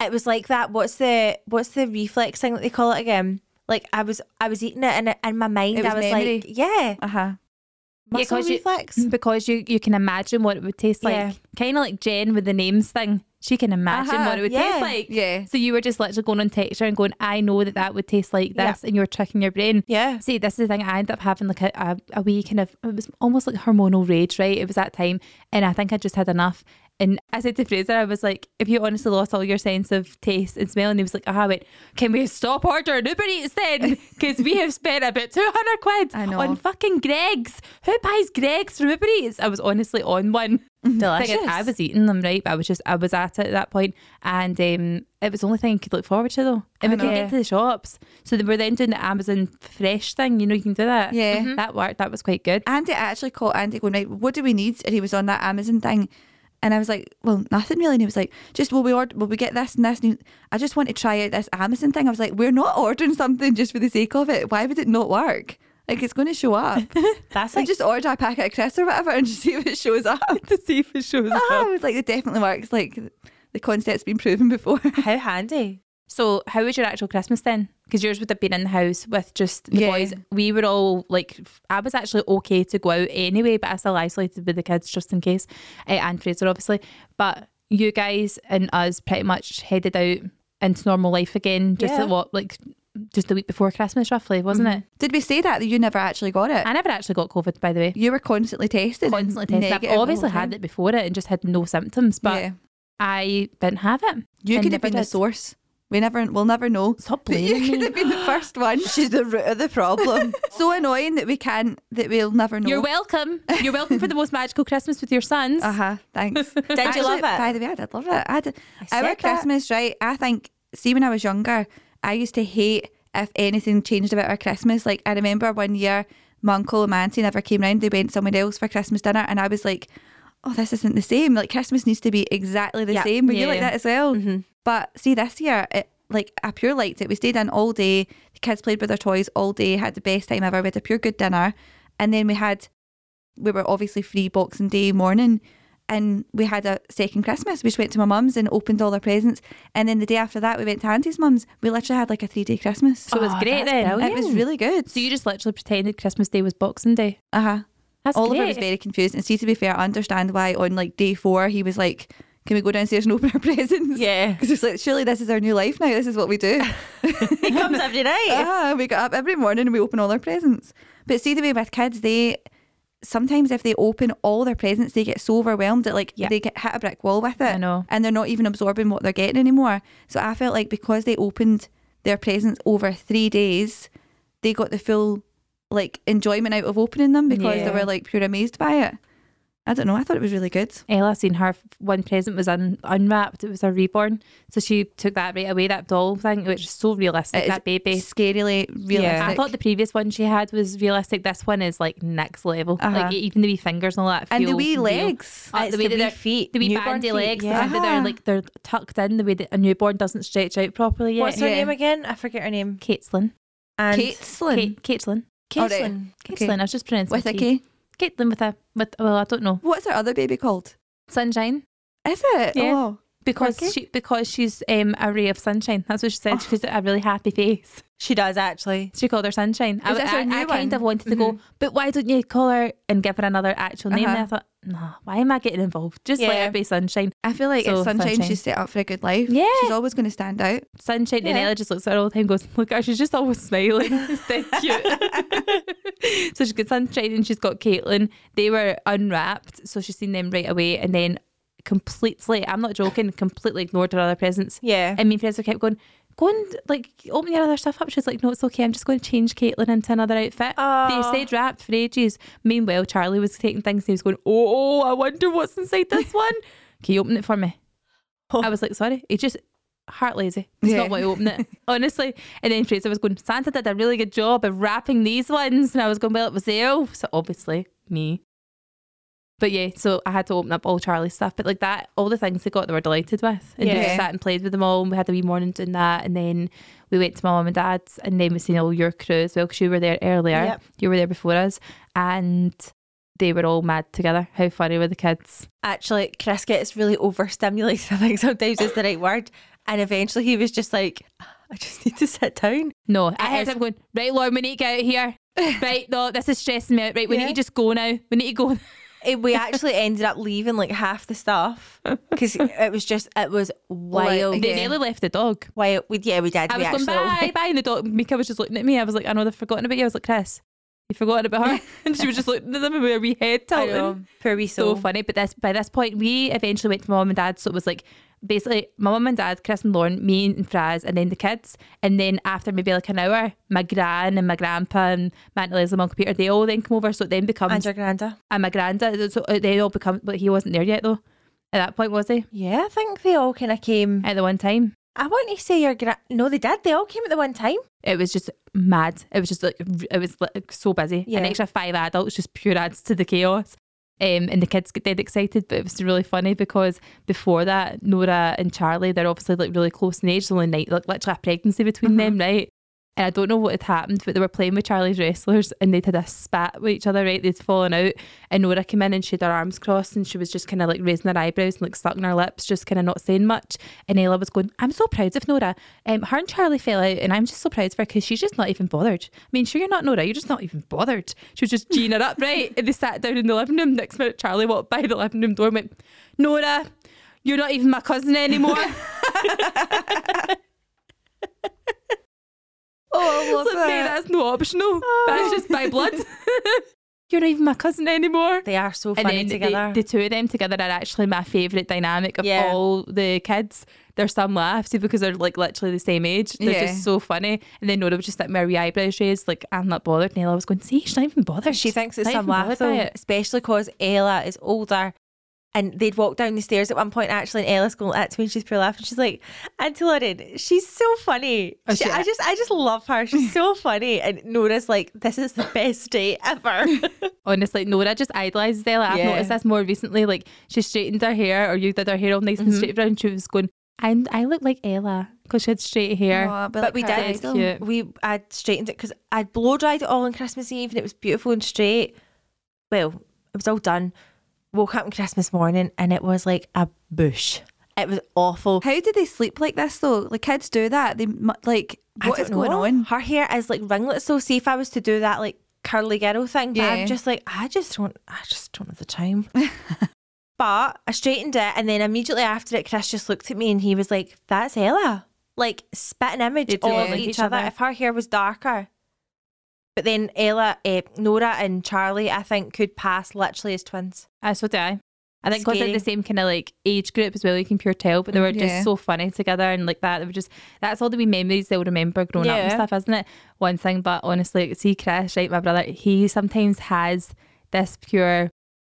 Speaker 3: it was like that. What's the what's the reflex thing that they call it again? Like I was I was eating it and it- in my mind
Speaker 5: It
Speaker 3: I
Speaker 5: was
Speaker 3: was
Speaker 5: memory.
Speaker 3: like yeah
Speaker 5: Uh huh.
Speaker 3: muscle
Speaker 4: 'cause you-
Speaker 3: reflex.
Speaker 5: Mm.
Speaker 4: because you you can imagine what it would taste like.
Speaker 3: Yeah.
Speaker 4: Kind of like Jen with the names thing. She can imagine
Speaker 5: Uh-huh,
Speaker 4: what it would
Speaker 3: yeah,
Speaker 4: taste like.
Speaker 5: yeah.
Speaker 4: So you were just literally going on texture and going, I know that that would taste like
Speaker 3: Yeah.
Speaker 4: this, and you were tricking your brain.
Speaker 3: Yeah.
Speaker 4: See, this is the thing. I ended up having like a, a, a wee kind of it was almost like hormonal rage, right? It was that time, and I think I just had enough. And I said to Fraser, I was like, if you honestly lost all your sense of taste and smell, and he was like, ah, I went, can we stop ordering Uber Eats then? Because we have spent about 200 quid
Speaker 5: I know.
Speaker 4: on fucking Greg's. Who buys Greg's from Uber Eats? I was honestly on one. Thing is, I was eating them, right? But I was just, I was at it at that point, and um, it was the only thing you could look forward to though. And we
Speaker 5: know.
Speaker 4: could get to the shops, so they were then doing the Amazon Fresh thing. You know, you can do that.
Speaker 5: Yeah. Mhm.
Speaker 4: that worked. That was quite good.
Speaker 5: Andy I actually caught Andy going, right, what do we need? And he was on that Amazon thing. And I was like, well, nothing really. And he was like, just will we order, will we get this and this? And he- I just want to try out this Amazon thing. I was like, we're not ordering something just for the sake of it. Why would it not work? Like it's going to show up.
Speaker 3: That's
Speaker 5: I
Speaker 3: like
Speaker 5: just order a packet of crisps or whatever and just see if it shows up.
Speaker 4: to see if it shows
Speaker 5: Ah, I was like, it definitely works. Like they the concept's been proven before.
Speaker 3: How handy.
Speaker 4: So, how was your actual Christmas then? Because yours would have been in the house with just the
Speaker 5: Yeah.
Speaker 4: boys. We were all like, f- I was actually okay to go out anyway, but I still isolated with the kids just in case, uh, and Fraser obviously. But you guys and us pretty much headed out into normal life again. Just
Speaker 3: Yeah.
Speaker 4: at what, like, just the week before Christmas, roughly, wasn't it?
Speaker 5: Did we say that that you never actually got it?
Speaker 4: I never actually got COVID, by the way.
Speaker 5: you were constantly tested.
Speaker 4: Constantly tested. I've obviously had it before it and just had no symptoms, but
Speaker 5: yeah.
Speaker 4: I didn't have it.
Speaker 5: you
Speaker 4: I
Speaker 5: could have
Speaker 4: never
Speaker 5: been the
Speaker 4: did.
Speaker 5: source. We never, we'll never know.
Speaker 4: Stop
Speaker 5: But
Speaker 4: blaming
Speaker 5: you
Speaker 4: me.
Speaker 5: could have been the first one.
Speaker 3: She's the root of the problem.
Speaker 5: so annoying that we can't, that we'll never know.
Speaker 4: You're welcome. You're welcome for the most magical Christmas with your sons.
Speaker 3: Uh-huh.
Speaker 5: Uh huh. Thanks. did
Speaker 3: you love it?
Speaker 5: By the way, I did love it. I did.
Speaker 3: said
Speaker 5: Our
Speaker 3: that.
Speaker 5: Christmas, right? I think. See, when I was younger, I used to hate if anything changed about our Christmas. Like I remember one year, my uncle and my auntie never came round. They went somewhere else for Christmas dinner, and I was like, "Oh, this isn't the same. Like Christmas needs to be exactly the
Speaker 4: Yeah.
Speaker 5: same." Were you like
Speaker 4: Yeah.
Speaker 5: that as well?
Speaker 3: Mm-hmm.
Speaker 5: But see, this year, it like I pure liked it. We stayed in all day. The kids played with their toys all day. Had the best time ever. We had a pure good dinner, and then we had we were obviously free Boxing Day morning and we had a second Christmas. We just went to my mum's and opened all our presents. And then the day after that, we went to Auntie's mum's. We literally had like a three day Christmas.
Speaker 4: So it was
Speaker 3: Oh,
Speaker 4: great
Speaker 3: that's
Speaker 4: then.
Speaker 3: brilliant.
Speaker 5: it was really good.
Speaker 4: So you just literally pretended Christmas Day was Boxing Day.
Speaker 5: uh huh.
Speaker 4: That's
Speaker 5: Oliver
Speaker 4: great.
Speaker 5: was very confused. And see, to be fair, I understand why on like day four, he was like, Can we go downstairs and open our presents?
Speaker 3: Yeah.
Speaker 5: Because it's like, Surely this is our new life now. This is what we do.
Speaker 3: he comes every night.
Speaker 5: Ah, we get up every morning and we open all our presents. But see the way with kids, they sometimes if they open all their presents, they get so overwhelmed that like
Speaker 4: Yeah.
Speaker 5: they get hit a brick wall with it.
Speaker 4: I know.
Speaker 5: And they're not even absorbing what they're getting anymore. So I felt like because they opened their presents over three days, they got the full like enjoyment out of opening them because
Speaker 4: Yeah.
Speaker 5: they were like pure amazed by it. I don't know. I thought it was really good.
Speaker 4: Ella seen her f- one present was un- unwrapped. It was a reborn, so she took that right away. That doll thing, which is so realistic.
Speaker 5: It is
Speaker 4: that baby.
Speaker 5: scarily realistic.
Speaker 4: I thought the previous one she had was realistic. This one is like next level.
Speaker 5: Uh-huh.
Speaker 4: Like even the wee fingers and all that.
Speaker 5: and the
Speaker 4: feel
Speaker 5: wee
Speaker 4: real.
Speaker 5: legs.
Speaker 4: Uh,
Speaker 3: It's
Speaker 4: the way
Speaker 3: the
Speaker 4: that
Speaker 3: wee
Speaker 4: their
Speaker 3: feet,
Speaker 4: the wee
Speaker 3: newborn
Speaker 4: bandy
Speaker 3: feet,
Speaker 4: legs,
Speaker 3: yeah.
Speaker 4: the way that they're like they're tucked in, the way that a newborn doesn't stretch out properly yet.
Speaker 3: What's her
Speaker 5: Yeah.
Speaker 3: name again? I forget her name.
Speaker 4: Caitlin.
Speaker 3: And
Speaker 5: Caitlin.
Speaker 4: Kate, Caitlin.
Speaker 5: All right.
Speaker 3: Caitlin.
Speaker 5: Okay.
Speaker 4: Caitlin. I was just pronouncing
Speaker 5: With a
Speaker 4: Kate.
Speaker 5: K.
Speaker 4: Caitlin with a with well, I don't know.
Speaker 5: What's her other baby called?
Speaker 4: Sunshine.
Speaker 5: Is it?
Speaker 4: Yeah.
Speaker 5: Oh.
Speaker 4: Because
Speaker 5: Quirky?
Speaker 4: she because she's um, a ray of sunshine. That's what she said. She's a really happy face.
Speaker 3: She does actually.
Speaker 4: Oh. She called her Mm-hmm. sunshine. I,
Speaker 5: Is this her
Speaker 4: I,
Speaker 5: new
Speaker 4: I kind
Speaker 5: one?
Speaker 4: of wanted to go, but why don't you call her and give her another actual name? And
Speaker 5: Uh-huh.
Speaker 4: I thought, nah, why am I getting involved? Just let
Speaker 3: Yeah.
Speaker 4: her be sunshine.
Speaker 5: I feel like
Speaker 4: So,
Speaker 5: it's sunshine,
Speaker 4: Sunshine.
Speaker 5: she's set up for a good life.
Speaker 4: Yeah.
Speaker 5: She's always going to stand out.
Speaker 4: Sunshine and
Speaker 5: Yeah.
Speaker 4: Ella just looks at her all the time and goes, Look at her, she's just always smiling. It's so cute. so she's got Sunshine and she's got Caitlin. They were unwrapped, so she's seen them right away and then completely, I'm not joking, completely ignored her other presents.
Speaker 3: Yeah.
Speaker 4: And me and Fraser kept going, Go and like open your other stuff up. She's like, No, it's okay, I'm just going to change Caitlin into another outfit.
Speaker 3: Aw.
Speaker 4: They stayed wrapped for ages. Meanwhile, Charlie was taking things and he was going, Oh, I wonder what's inside this one. Can you open it for me? I was like, sorry, he just heart lazy. It's
Speaker 5: Yeah.
Speaker 4: not why I open it, honestly. And then Fraser was going, Santa did a really good job of wrapping these ones, and I was going, well, it was the elf, so obviously me. But yeah, so I had to open up all Charlie's stuff, but like that, all the things they got, they were delighted with, and we
Speaker 5: Yeah.
Speaker 4: just sat and played with them all. And we had a wee morning doing that, and then we went to my mum and dad's, and then we seen all your "Oh, crew as well because you were there earlier.
Speaker 3: Yep.
Speaker 4: You were there before us, and they were all mad together. How funny were the kids?
Speaker 3: Actually, Chris gets really overstimulated. I think sometimes is the right word. And eventually, he was just like, "Ah, "I just need to sit down."
Speaker 4: No, I heard
Speaker 3: is-
Speaker 4: him going, right, Lauren, we need to get out here. Right, no, this is stressing me out. Right, we
Speaker 3: Yeah.
Speaker 4: need to just go now. We need to go.
Speaker 3: It- we actually ended up leaving like half the stuff because it was just it
Speaker 4: Oh,
Speaker 3: was wild.
Speaker 5: Like,
Speaker 4: They
Speaker 5: Yeah.
Speaker 4: nearly left the dog.
Speaker 3: Wild. We, yeah, we did.
Speaker 4: I
Speaker 3: we
Speaker 4: was going,
Speaker 3: actually all
Speaker 4: bye,
Speaker 3: went.
Speaker 4: bye. And the dog, Mika was just looking at me. I was like, I know they've forgotten about you. I was like, Chris, you've forgotten about her. And she was just looking at them and we were wee head
Speaker 3: I
Speaker 4: tilting.
Speaker 3: know. Poor wee
Speaker 4: So
Speaker 3: soul.
Speaker 4: funny. But this by this point, we eventually went to my mum and dad. So it was like, basically, my mum and dad, Chris and Lauren, me and Fraz, and then the kids. And then after maybe like an hour, my gran and my grandpa and my Aunt Leslie and my Uncle Peter, they all then come over. So it then becomes
Speaker 3: And your granda.
Speaker 4: and my granddad. So uh, they all become, but he wasn't there yet though. At that point, was he?
Speaker 3: Yeah, I think they all kind of came.
Speaker 4: At the one time,
Speaker 3: I want to say your gran. No, they did. They all came at the one time.
Speaker 4: it was just mad. It was just like it was like so busy.
Speaker 3: Yeah.
Speaker 4: An extra five adults just pure adds to the chaos. Um, and the kids get dead excited, but it was really funny because before that, Nora and Charlie, they're obviously like really close in age, only night, like literally a pregnancy between them, right? And I don't know what had happened, but they were playing with Charlie's wrestlers and they'd had a spat with each other, right? They'd fallen out. And Nora came in and she had her arms crossed and she was just kind of like raising her eyebrows and like sucking her lips, just kind of not saying much. And Ella was going, I'm so proud of Nora. Um, her and Charlie fell out and I'm just so proud of her because she's just not even bothered. I mean, sure, you're not Nora, you're just not even bothered. She was just G'ing her up, right? And they sat down in the living room. Next minute, Charlie walked by the living room door and went, Nora, you're not even my cousin anymore.
Speaker 5: Oh, I love
Speaker 4: It's like, mate,
Speaker 5: that.
Speaker 4: that's no optional. That's just by blood. You're not even my cousin anymore.
Speaker 3: They are so funny
Speaker 4: the-
Speaker 3: together.
Speaker 4: The, two of them together are actually my favourite dynamic of
Speaker 3: Yeah.
Speaker 4: all the kids. There's some laughs because they're like literally the same age. They're
Speaker 5: Yeah.
Speaker 4: just so funny. And then Nora was just like, my wee eyebrows raised, like, I'm not bothered. And Ella was going, see, she's not even bothered.
Speaker 3: She thinks it's
Speaker 4: Not
Speaker 3: some
Speaker 4: even
Speaker 3: laugh
Speaker 4: bothered by
Speaker 3: though,
Speaker 4: it.
Speaker 3: especially because Ella is older. And they'd walk down the stairs at one point actually, and Ella's going at me, and she's pure laughing. She's like, "Auntie Lauren, she's so funny.
Speaker 4: Oh,
Speaker 3: She-
Speaker 4: she-
Speaker 3: I just, I just love her. She's so funny." And Nora's like, "This is the best day ever."
Speaker 4: Honestly, Nora just idolises Ella. I've
Speaker 5: Yeah.
Speaker 4: noticed this more recently. Like she straightened her hair, or you did her hair all nice and straight brown. She was going, "I I look like Ella because she had straight hair."
Speaker 5: Oh,
Speaker 3: but we did.
Speaker 4: Dead cute.
Speaker 3: We, I straightened it because I blow dried it all on Christmas Eve, and it was beautiful and straight. Well, it was all done. Woke up on Christmas morning, and it was like a bush. It was awful.
Speaker 5: How do they sleep like this though? Like kids do that. They mu- like
Speaker 3: I
Speaker 5: what
Speaker 3: don't
Speaker 5: is going
Speaker 3: know.
Speaker 5: on?
Speaker 3: Her hair is like ringlets. So see if I was to do that like curly girl thing, but
Speaker 5: Yeah.
Speaker 3: I'm just like I just don't. I just don't have the time. but I straightened it, and then immediately after it, Chris just looked at me and he was like, "That's Ella." Like spit an image
Speaker 4: They
Speaker 3: of
Speaker 4: do
Speaker 5: look
Speaker 3: each,
Speaker 5: like
Speaker 4: each
Speaker 3: other.
Speaker 4: other.
Speaker 3: If her hair was darker. But then Ella, eh, Nora, and Charlie, I think, could pass literally as twins.
Speaker 4: I so do I. I think because they're the
Speaker 3: Scary.
Speaker 4: same kind of like age group as well, you can pure tell. But they were
Speaker 5: Yeah.
Speaker 4: just so funny together and like that. They were just that's all the wee memories they'll remember growing up and
Speaker 3: Yeah.
Speaker 4: stuff, isn't it? One thing, but honestly, see Chris, right, my brother, he sometimes has this pure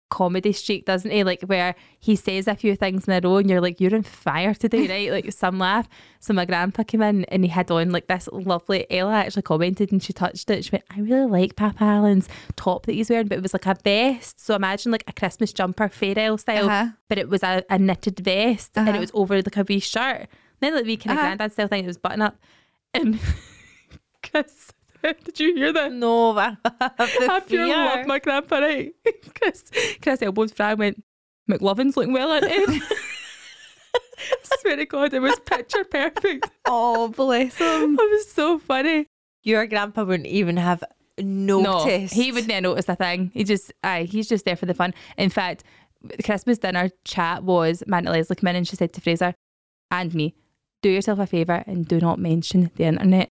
Speaker 4: comedy streak, doesn't he? Like where he says a few things in a row and you're like, You're on fire today, right? Like some laugh. So my grandpa came in and he had on like this lovely Ella actually commented and she touched it. She went, I really like Papa Allen's top that he's wearing, but it was like a vest. So imagine like a Christmas jumper, fairy Isle style,
Speaker 5: Uh-huh.
Speaker 4: but it was a, a knitted vest and
Speaker 5: Uh-huh.
Speaker 4: it was over like a wee shirt. Then like we kind of
Speaker 5: Uh-huh.
Speaker 4: granddad style thing, it was button up. And Chris, did you hear that?
Speaker 3: No, but I have the
Speaker 4: I pure
Speaker 3: fear.
Speaker 4: love my grandpa, right? Chris, Chris elbows Fran went, McLovin's looking well, aren't he? swear to God, it was picture perfect.
Speaker 5: Oh bless
Speaker 4: It
Speaker 5: them.
Speaker 4: was so funny.
Speaker 3: Your grandpa wouldn't even have noticed.
Speaker 4: No, he wouldn't have noticed a thing. He just, aye, he's just there for the fun. In fact, the Christmas dinner chat was Manta Leslie came in and she said to Fraser and me, do yourself a favour and do not mention the internet.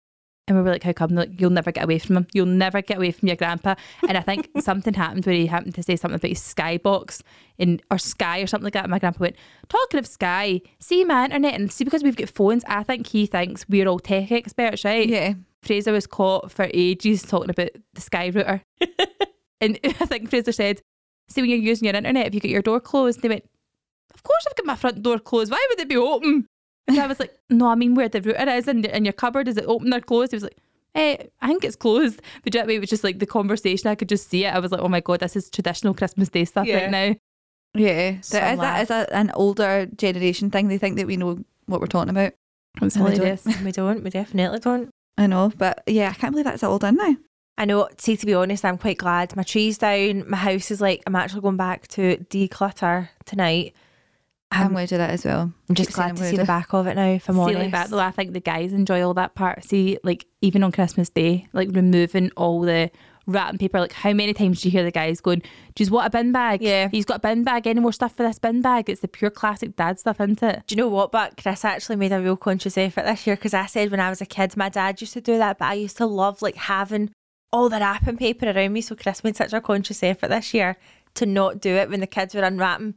Speaker 4: And we were like, how come? They're Like, You'll never get away from him. You'll never get away from your grandpa. And I think something happened where he happened to say something about his skybox in, or Sky or something like that. And my grandpa went, talking of Sky, see my internet. And see, because we've got phones, I think he thinks we're all tech experts, right?
Speaker 5: Yeah.
Speaker 4: Fraser was caught for ages talking about the Sky router. and I think Fraser said, See, when you're using your internet, if you get your door closed, they went, Of course, I've got my front door closed. Why would it be open? And I was like, No, I mean, where the router is in, in your cupboard, is it open or closed? He was like, Eh, I think it's closed. But that way, it was just like the conversation. I could just see it. I was like, Oh my God, this is traditional Christmas Day stuff
Speaker 3: Yeah.
Speaker 4: right now.
Speaker 5: Yeah. That is,
Speaker 3: Some
Speaker 5: that is a, an older generation thing. They think that we know what we're talking about.
Speaker 4: It's
Speaker 5: And I don't-
Speaker 4: hilarious.
Speaker 3: We don't. We definitely don't.
Speaker 5: I know, but yeah, I can't believe that's all done now.
Speaker 3: I know. See, to be honest, I'm quite glad my tree's down. My house is like I'm actually going back to declutter tonight.
Speaker 5: I'm
Speaker 3: I'm,
Speaker 5: going to do that as well.
Speaker 3: I'm just
Speaker 5: Keep saying
Speaker 3: glad
Speaker 5: I'm
Speaker 3: to
Speaker 5: gonna
Speaker 3: see
Speaker 5: do
Speaker 3: the
Speaker 5: that.
Speaker 3: back of it now. If I'm
Speaker 4: See,
Speaker 3: honest,
Speaker 4: like that though, I think the guys enjoy all that part. See, like even on Christmas Day, like removing all the wrapping paper. Like how many times do you hear the guys going, "Just what a bin bag?
Speaker 3: Yeah.
Speaker 4: he's got a bin bag. Any more stuff for this bin bag? It's the pure classic dad stuff, isn't it?
Speaker 3: Do you know what? But Chris actually made a real conscious effort this year because I said when I was a kid, my dad used to do that, but I used to love like having all the wrapping paper around me. So Chris made such a conscious effort this year to not do it when the kids were unwrapping.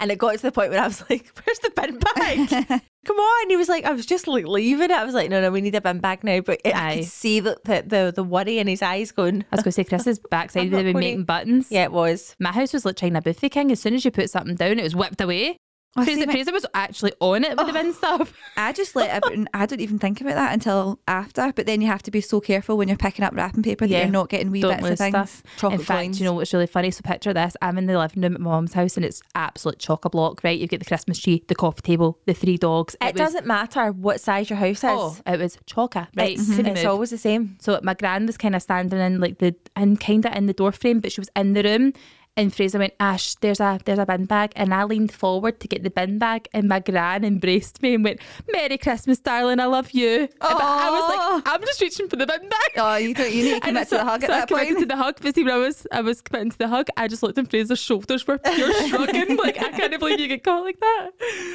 Speaker 3: And it got to the point where I was like, "Where's the bin bag? Come on!" He was like, "I was just like leaving it." I was like, "No, no, we need a bin bag now." But I
Speaker 4: Aye.
Speaker 3: could see the the, the the worry in his eyes going.
Speaker 4: I was going to say Chris's backside
Speaker 3: I'm
Speaker 4: would
Speaker 3: not
Speaker 4: have been
Speaker 3: gonna-
Speaker 4: making buttons.
Speaker 3: Yeah, it was.
Speaker 4: My house was like China Buffet King. As soon as you put something down, it was whipped away.
Speaker 5: Oh, see,
Speaker 4: Fraser,
Speaker 5: my-
Speaker 4: Fraser was actually on it with the
Speaker 3: Oh.
Speaker 4: bin stuff.
Speaker 5: I just let everything. I don't even think about that until after. But then you have to be so careful when you're picking up wrapping paper that
Speaker 4: Yeah.
Speaker 5: you're not getting wee
Speaker 4: Don't
Speaker 5: bits of
Speaker 4: lose
Speaker 5: things.
Speaker 4: stuff.
Speaker 3: Chocolate
Speaker 4: in fact,
Speaker 3: coins.
Speaker 4: you know what's really funny? So picture this: I'm in the living room at my mum's house, and it's absolute chock a block. Right, you've got the Christmas tree, the coffee table, the three dogs.
Speaker 3: It
Speaker 4: was-
Speaker 3: doesn't matter what size your house is.
Speaker 4: Oh, it was chocker. Right,
Speaker 3: It's, it's always the same.
Speaker 4: So my gran was kind of standing in like the and kind of in the door frame, but she was in the room. And Fraser went, Ash, there's a there's a bin bag, and I leaned forward to get the bin bag, and my gran embraced me and went, "Merry Christmas, darling, I love you." But I was
Speaker 5: Aw.
Speaker 4: like, I'm just reaching for the bin bag.
Speaker 5: Oh, you don't. You need to
Speaker 4: And
Speaker 5: commit to
Speaker 4: so-
Speaker 5: the hug at
Speaker 4: so I
Speaker 5: that
Speaker 4: committed
Speaker 5: point.
Speaker 4: to the hug, but see, when I was I was committing to the hug, I just looked and Fraser's shoulders were pure shrugging. like I can't believe you get caught like that.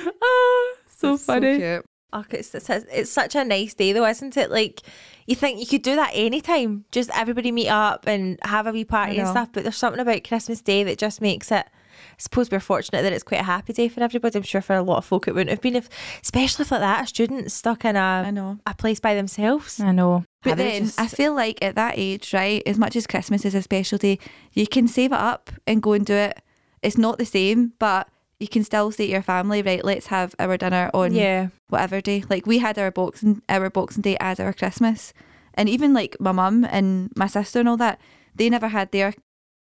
Speaker 4: Ah, so
Speaker 5: That's so
Speaker 4: funny.
Speaker 5: cute.
Speaker 3: Oh, it's, it's, it's such a nice day though, isn't it? Like you think you could do that anytime. Just everybody meet up and have a wee party and
Speaker 5: know.
Speaker 3: stuff. But there's something about Christmas Day that just makes it. I suppose we're fortunate that it's quite a happy day for everybody. I'm sure for a lot of folk it wouldn't have been, if, especially if like that, a student stuck in
Speaker 5: I
Speaker 3: a,
Speaker 5: know.
Speaker 3: a place by themselves.
Speaker 4: I know.
Speaker 5: But
Speaker 3: Having
Speaker 5: then
Speaker 3: just-
Speaker 5: I feel like at that age, right, as much as Christmas is a special day, you can save it up and go and do it. It's not the same, but you can still say to your family, right, let's have our dinner on
Speaker 3: Yeah.
Speaker 5: whatever day. Like we had our boxing our boxing day as our Christmas. And even like my mum and my sister and all that, they never had their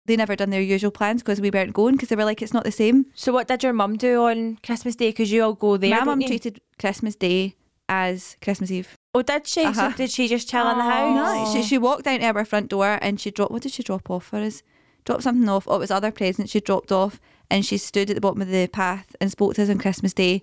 Speaker 5: they never done their usual plans because we weren't going because they were like it's not the same.
Speaker 3: So what did your mum do on Christmas Day? Because you all go there.
Speaker 5: my
Speaker 3: don't
Speaker 5: mum
Speaker 3: you?
Speaker 5: treated Christmas Day as Christmas Eve.
Speaker 3: Oh, did she?
Speaker 5: Uh-huh.
Speaker 3: So did she just chill in the
Speaker 4: Oh,
Speaker 3: house?
Speaker 5: No, she, she walked down to our front door and she dropped. What did she drop off for us? Dropped something off. Oh, it was other presents she dropped off, and she stood at the bottom of the path and spoke to us on Christmas Day,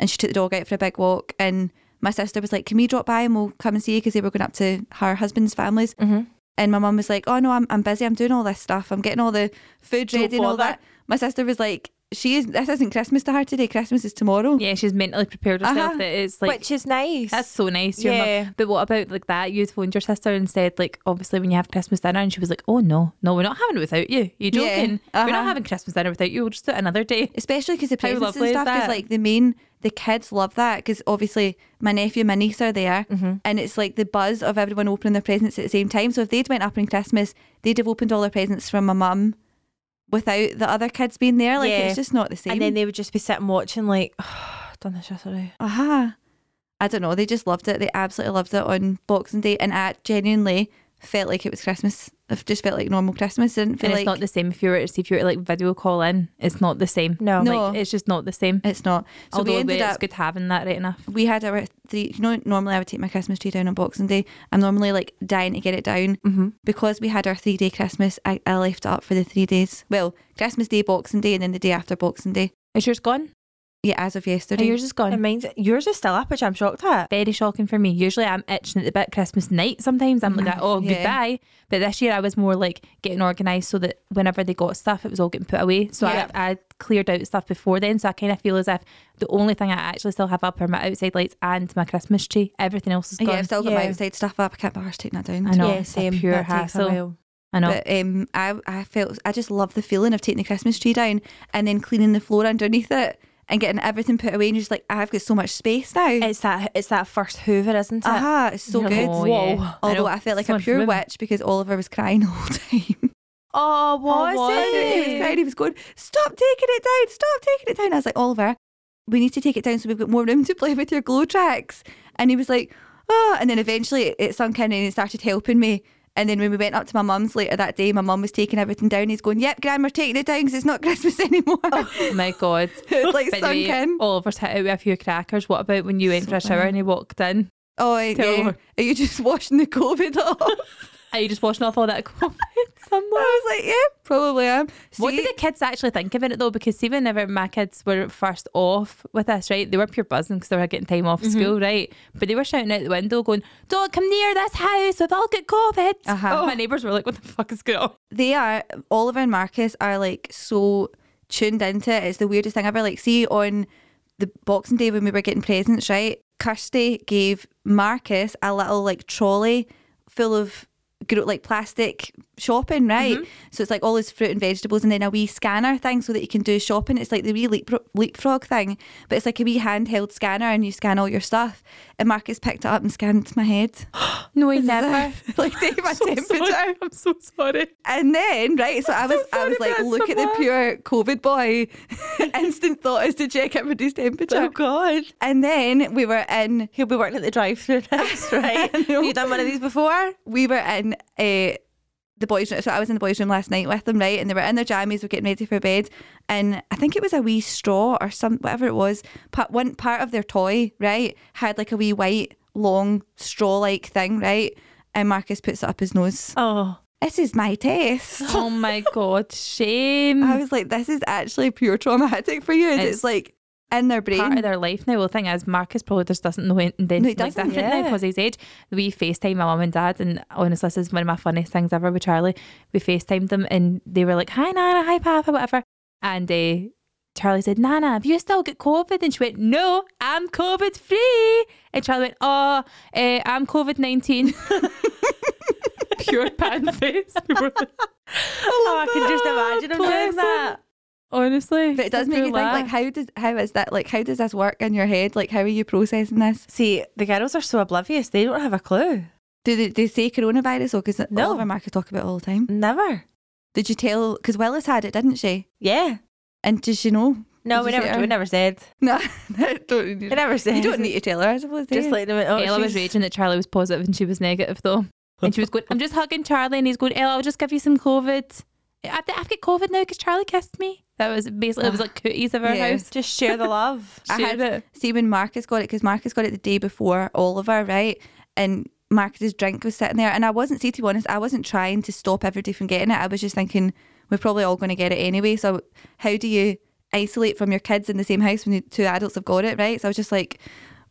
Speaker 5: and she took the dog out for a big walk. And my sister was like, "Can we drop by and we'll come and see you?" Because they were going up to her husband's families.
Speaker 3: Mhm.
Speaker 5: And my mum was like, "Oh no, I'm I'm busy. I'm doing all this stuff. I'm getting all the food
Speaker 3: Don't
Speaker 5: ready and all
Speaker 3: bother.
Speaker 5: that." My sister was like, "She is. This isn't Christmas to her today. Christmas is tomorrow."
Speaker 4: Yeah, she's mentally prepared herself
Speaker 5: Uh-huh.
Speaker 4: that it's like
Speaker 3: which is nice.
Speaker 4: That's so nice. Your
Speaker 3: Yeah.
Speaker 4: mum. But what about like that? You phoned your sister and said like, obviously when you have Christmas dinner, and she was like, oh no, no, we're not having it without you. You
Speaker 5: Yeah.
Speaker 4: joking? We're
Speaker 5: Uh-huh.
Speaker 4: not having Christmas dinner without you. We'll just do it another day.
Speaker 5: especially because the
Speaker 4: How
Speaker 5: presents
Speaker 4: lovely
Speaker 5: and
Speaker 4: is
Speaker 5: stuff is
Speaker 4: that?
Speaker 5: like the main the kids love that because obviously my nephew and my niece are there
Speaker 4: Mm-hmm.
Speaker 5: and it's like the buzz of everyone opening their presents at the same time so if they'd went up on christmas they'd have opened all their presents from my mum without the other kids being there like
Speaker 3: Yeah.
Speaker 5: it's just not the same
Speaker 3: and then they would just be sitting watching, like, done this yesterday.
Speaker 5: aha i don't know they just loved it they absolutely loved it on boxing day and i genuinely felt like it was christmas i just felt like normal christmas I didn't feel
Speaker 4: And
Speaker 5: like
Speaker 4: it's not the same if you were to see if you were to, like video call in. It's not the same.
Speaker 3: No.
Speaker 5: No.
Speaker 4: like, it's just not the same.
Speaker 5: it's not so
Speaker 4: Although
Speaker 5: we ended
Speaker 4: it's
Speaker 5: up
Speaker 4: good having that right enough.
Speaker 5: we had our three. You know, normally I would take my Christmas tree down on Boxing Day. I'm normally like dying to get it down
Speaker 4: Mm-hmm.
Speaker 5: because we had our three day Christmas. I, I left it up for the three days. Well, Christmas Day, Boxing Day, and then the day after Boxing Day.
Speaker 4: Is yours gone?
Speaker 5: Yeah, as of
Speaker 4: Or
Speaker 5: yesterday.
Speaker 4: yours is gone.
Speaker 3: And mine's, yours is still up, which I'm shocked at.
Speaker 4: very shocking for me. Usually I'm itching at the bit Christmas night sometimes. I'm like, oh,
Speaker 5: Uh-huh. Yeah.
Speaker 4: goodbye. But this year I was more like getting organised so that whenever they got stuff, it was all getting put away. So
Speaker 5: Yeah.
Speaker 4: I, I cleared out stuff before then. So I kind of feel as if the only thing I actually still have up are my outside lights and my Christmas tree. Everything else is
Speaker 5: yeah,
Speaker 4: gone.
Speaker 5: I've still got my
Speaker 3: Yeah.
Speaker 5: outside stuff up. I can't bother taking that down.
Speaker 4: I know.
Speaker 3: yeah,
Speaker 4: it's a
Speaker 3: same.
Speaker 4: pure
Speaker 3: that takes a
Speaker 4: hassle.
Speaker 3: while.
Speaker 4: I know.
Speaker 5: But um, I I felt I just love the feeling of taking the Christmas tree down and then cleaning the floor underneath it and getting everything put away. And you're just like, I've got so much space now.
Speaker 3: It's that it's that first Hoover, isn't it?
Speaker 5: Aha, it's so
Speaker 4: You're like,
Speaker 5: good.
Speaker 4: "Oh, yeah." Whoa. I
Speaker 5: Although
Speaker 4: know,
Speaker 5: I, felt like
Speaker 4: so
Speaker 5: a
Speaker 4: much
Speaker 5: pure
Speaker 4: room.
Speaker 5: witch because Oliver was crying all the time.
Speaker 3: Oh, was,
Speaker 4: was
Speaker 5: He
Speaker 3: it?
Speaker 5: was crying. He was going, "Stop taking it down! Stop taking it down!" I was like, "Oliver, we need to take it down so we've got more room to play with your glow tracks." And he was like, "Oh!" And then eventually it, it sunk in and he started helping me. And then when we went up to my mum's later that day, my mum was taking everything down. He's going, "Yep, Gran, we're taking it down because it's not Christmas anymore."
Speaker 4: Oh my God.
Speaker 5: it's like
Speaker 4: But
Speaker 5: sunk
Speaker 4: anyway,
Speaker 5: in.
Speaker 4: Oliver's hit out with a few crackers. What about when you went
Speaker 5: So
Speaker 4: for a shower
Speaker 5: funny.
Speaker 4: and he walked in?
Speaker 5: Oh, yeah.
Speaker 4: Terrible.
Speaker 5: Are you just washing the COVID off?
Speaker 4: Are you just washing off all that COVID? I'm like,
Speaker 5: I was like, "Yeah, probably am."
Speaker 4: What
Speaker 5: See?
Speaker 4: did the kids actually think of it though? Because see, whenever my kids were first off with us, right, they were pure buzzing because they were getting time off school, right? But they were shouting out the window, going, "Don't come near this house, we've all got COVID." Oh,
Speaker 5: Uh-huh.
Speaker 4: My neighbours were like, "What the fuck is going on?"
Speaker 5: they are Oliver and Marcus are like so tuned into it. It's the weirdest thing ever. Like, see on the Boxing Day when we were getting presents, right? Kirsty gave Marcus a little like trolley full of gro- like plastic shopping, right? So it's like all this fruit and vegetables, and then a wee scanner thing so that you can do shopping. It's like the wee leap, leapfrog thing, but it's like a wee handheld scanner, and you scan all your stuff. And Marcus picked it up and scanned my head,
Speaker 4: No, I never.
Speaker 5: like take my temperature.
Speaker 4: Sorry, I'm so sorry.
Speaker 5: And then, right, so I was, I
Speaker 4: sorry,
Speaker 5: was like,
Speaker 4: but that's
Speaker 5: look
Speaker 4: so
Speaker 5: at the
Speaker 4: bad.
Speaker 5: pure COVID boy. Instant thought is to check everybody's temperature.
Speaker 3: Oh God!
Speaker 5: And then we were in,
Speaker 3: He'll be working at the drive-through next, right? Have
Speaker 5: know.
Speaker 3: you done one of these before?
Speaker 5: we were in uh, the boys' room. So I was in the boys' room last night with them, right? And they were in their jammies, were getting ready for bed. And I think it was a wee straw or some whatever it was. Part one part of their toy, right, had like a wee white long straw-like thing, right? And Marcus puts it up his nose.
Speaker 3: Oh,
Speaker 5: This is my test.
Speaker 4: Oh my god, shame.
Speaker 5: I was like, this is actually pure traumatic for you. It's,
Speaker 4: It's
Speaker 5: like in their brain.
Speaker 4: part of their life now. Well, the thing is, Marcus probably just doesn't know anything
Speaker 5: No,
Speaker 4: no,
Speaker 5: he
Speaker 4: like
Speaker 5: doesn't,
Speaker 4: different now
Speaker 5: yeah.
Speaker 4: because his age. We FaceTime my mum and dad, and honestly, this is one of my funniest things ever with Charlie. We FaceTimed them, and they were like, "Hi Nana, hi Papa, whatever," and uh, Charlie said, "Nana, have you still got COVID?" And she went, "No, I'm COVID free." And Charlie went, "Oh, eh, I'm COVID 19 Pure pan face. We were like,
Speaker 3: oh I can just imagine him
Speaker 4: Bless
Speaker 3: doing
Speaker 4: him.
Speaker 3: that.
Speaker 4: Honestly,
Speaker 5: But it does make you think, like, how does how is that? Like, how does this work in your head? Like, how are you processing this?
Speaker 3: See, the girls are so oblivious; they don't have a clue.
Speaker 5: Do they, they say coronavirus? Oh, though? because
Speaker 3: No.
Speaker 5: Oliver and Marcus talk about it all the time.
Speaker 3: Never.
Speaker 5: Did you tell? Because Willis had it, didn't she?
Speaker 3: Yeah.
Speaker 5: And did she know?
Speaker 3: No, we
Speaker 5: Did you say
Speaker 3: never.
Speaker 5: her?
Speaker 3: We never said.
Speaker 5: No, don't,
Speaker 3: We never said.
Speaker 5: you don't need to tell her, I suppose. do
Speaker 3: Just
Speaker 5: you?
Speaker 3: like they went, oh,
Speaker 4: Ella was
Speaker 3: she's-
Speaker 4: raging that Charlie was positive and she was negative though. And she was going, I'm just hugging Charlie. And he's going, Ella, I'll just give you some COVID. I've, I've got COVID now because Charlie kissed me. That was basically, it was like cooties of our
Speaker 5: Yeah.
Speaker 4: house.
Speaker 3: Just share the love.
Speaker 5: I had
Speaker 4: Shared it.
Speaker 5: See, when Marcus got it, because Marcus got it the day before Oliver, right? And Marcus's drink was sitting there. And I wasn't, see, to be honest, I wasn't trying to stop everybody from getting it. I was just thinking, we're probably all going to get it anyway. So, how do you isolate from your kids in the same house when the two adults have got it, right? So, I was just like,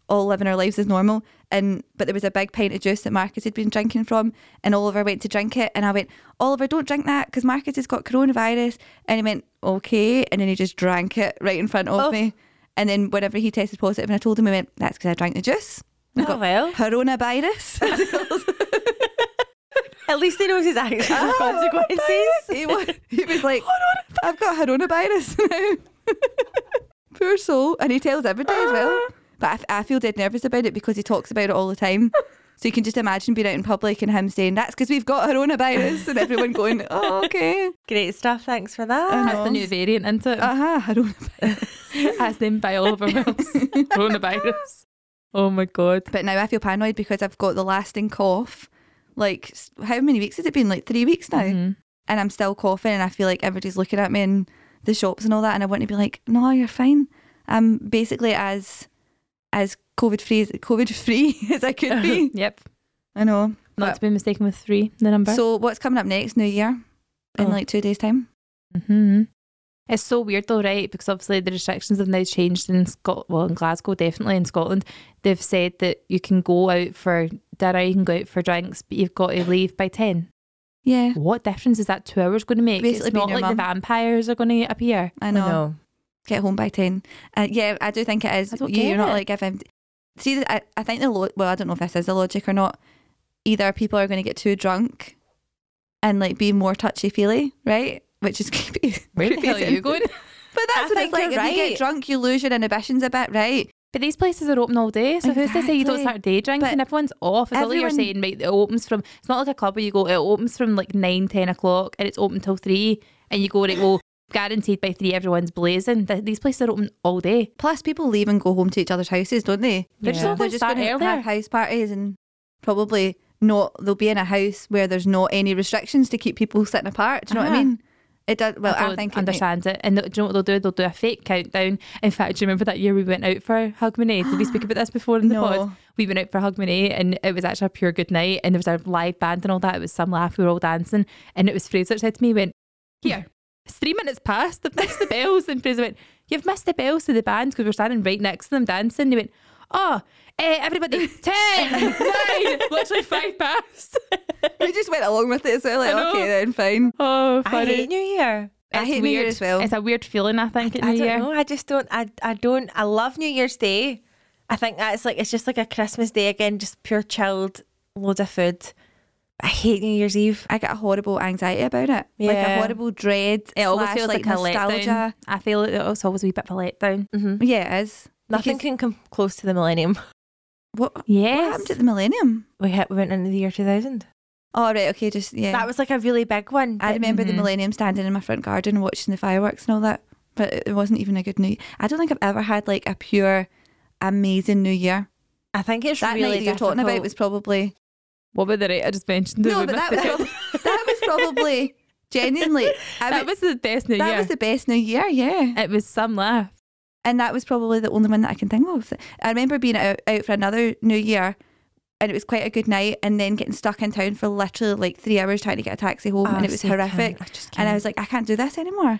Speaker 5: all living our lives as normal. And but there was a big pint of juice that Marcus had been drinking from, and Oliver went to drink it, and I went, Oliver, don't drink that because Marcus has got coronavirus. And he went, okay, and then he just drank it right in front of
Speaker 3: Oh.
Speaker 5: me. And then whenever he tested positive, and I told him, I went, that's because I drank the juice.
Speaker 3: Oh well.
Speaker 5: Coronavirus.
Speaker 3: At least he knows his actions and consequences.
Speaker 5: he, was, he was like, I've got coronavirus now. Poor soul. And he tells everybody as well. But I f- I, feel dead nervous about it because he talks about it all the time. So you can just imagine being out in public and him saying, that's because we've got coronavirus. And everyone going, oh, okay.
Speaker 3: Great stuff. Thanks for that.
Speaker 5: I
Speaker 4: That's the new variant, isn't it?
Speaker 5: Aha, Uh-huh, coronavirus.
Speaker 4: As named by Oliver Wills. Coronavirus. Oh my God.
Speaker 5: But now I feel paranoid because I've got the lasting cough. Like, s- how many weeks has it been? Like three weeks now.
Speaker 4: Mm-hmm.
Speaker 5: And I'm still coughing, and I feel like everybody's looking at me in the shops and all that. And I want to be like, no, you're fine. I'm basically as as COVID free as COVID free as I could be.
Speaker 4: Mm-hmm. Yep.
Speaker 5: I know.
Speaker 4: Not to be mistaken with three, the number.
Speaker 5: So what's coming up next? New Year in
Speaker 4: Oh.
Speaker 5: like two days' time.
Speaker 4: hmm It's so weird though, right? Because obviously the restrictions have now changed in Scotland, well, in Glasgow, definitely in Scotland. They've said that you can go out for dinner, you can go out for drinks, but you've got to leave by 10.
Speaker 5: Yeah,
Speaker 4: What difference is that two hours going to make?
Speaker 5: Basically
Speaker 4: it's
Speaker 5: being
Speaker 4: not
Speaker 5: your
Speaker 4: like
Speaker 5: mum.
Speaker 4: the vampires are going to appear.
Speaker 5: I know. Get home by ten. Uh, yeah, I do think it is.
Speaker 4: I don't
Speaker 5: You-
Speaker 4: get
Speaker 5: you're not
Speaker 4: it.
Speaker 5: like giving. See, I, I think the lo- well, I don't know if this is the logic or not. Either people are going to get too drunk, and like be more touchy feely, right? Which is creepy.
Speaker 4: Where the hell are you going?
Speaker 5: But
Speaker 3: I
Speaker 5: that's what it's
Speaker 3: think
Speaker 5: like. If
Speaker 3: you're
Speaker 5: you get
Speaker 3: right.
Speaker 5: drunk, you lose your inhibitions a bit, right?
Speaker 4: But these places are open all day, so who's to say you don't
Speaker 5: Exactly.
Speaker 4: start day drinking?
Speaker 5: But
Speaker 4: Everyone's off. It's not like you're
Speaker 5: everyone-
Speaker 4: saying, right, it opens from, it's not like a club where you go, it opens from like 9, 10 o'clock and it's open till 3 and you go, right, well, guaranteed by 3 everyone's blazing. Th- These places are open all day.
Speaker 5: Plus, people leave and go home to each other's houses, don't they?
Speaker 4: They're just all
Speaker 5: They're
Speaker 4: gonna
Speaker 5: just
Speaker 4: start
Speaker 5: going to
Speaker 4: earlier.
Speaker 5: have house parties and probably not. They'll be in a house where there's not any restrictions to keep people sitting apart. Do you know what I
Speaker 4: Uh-huh.
Speaker 5: mean? It does. Well, I,
Speaker 4: don't
Speaker 5: think it might-
Speaker 4: understand it. And th- do you know what they'll do? They'll do a fake countdown. In fact, do you remember that year we went out for Hug Money? Did we speak about this before in the
Speaker 5: No.
Speaker 4: pod? We went out for Hug Money and it was actually a pure good night and there was a live band and all that. It was some laugh. We were all dancing. And it was Fraser that said to me, he went, Here, it's three minutes past. They've missed the bells. And Fraser went, You've missed the bells to the band because we were standing right next to them dancing. They went, Oh, eh, everybody, 10, 9, literally five past.
Speaker 5: We just went along with it, as well. like,
Speaker 4: I know.
Speaker 5: okay, then fine.
Speaker 4: Oh,
Speaker 3: I
Speaker 4: funny.
Speaker 3: hate New Year.
Speaker 5: I
Speaker 4: It's
Speaker 5: hate New Year as well.
Speaker 4: It's a weird feeling, I think, at New
Speaker 3: I don't
Speaker 4: Year.
Speaker 3: know. I just don't. I, I don't. I love New Year's Day. I think that's like it's just like a Christmas day again, just pure chilled, loads of food. I hate New Year's Eve.
Speaker 5: I get a horrible anxiety about it. Like a
Speaker 3: Yeah.
Speaker 5: horrible dread.
Speaker 4: It always
Speaker 5: slash,
Speaker 4: feels like, a letdown.
Speaker 5: nostalgia.
Speaker 4: I feel it- it's always a wee bit of a letdown.
Speaker 3: Mm-hmm.
Speaker 5: Yeah, it is.
Speaker 3: Nothing
Speaker 5: Because-
Speaker 3: can come close to the millennium.
Speaker 5: What, what
Speaker 4: Yes.
Speaker 5: happened at the millennium?
Speaker 3: We, hit, we went into the year 2000.
Speaker 5: Oh right, okay, just yeah.
Speaker 3: That was like a really big one.
Speaker 5: I
Speaker 3: but-
Speaker 5: remember
Speaker 4: Mhm.
Speaker 5: the Millennium standing in my front garden watching the fireworks and all that, but it wasn't even a good New. I don't think I've ever had like a pure amazing New Year.
Speaker 3: I think it's
Speaker 5: That
Speaker 3: really
Speaker 5: night that you're talking about
Speaker 3: difficult.
Speaker 5: was probably
Speaker 4: What about the rate I just mentioned?
Speaker 5: no, but that was prob- that was probably genuinely. I
Speaker 4: that
Speaker 5: mean,
Speaker 4: was the best New
Speaker 5: that
Speaker 4: Year.
Speaker 5: was the best New Year, yeah.
Speaker 4: it was some laugh.
Speaker 5: and that was probably the only one that I can think of. I remember being out, out for another New Year, and it was quite a good night, and then getting stuck in town for literally like three hours trying to get a taxi home,
Speaker 3: Oh,
Speaker 5: and it was
Speaker 3: so can't.
Speaker 5: horrific.
Speaker 3: I just
Speaker 5: And I
Speaker 3: can't.
Speaker 5: was like, I can't do this anymore.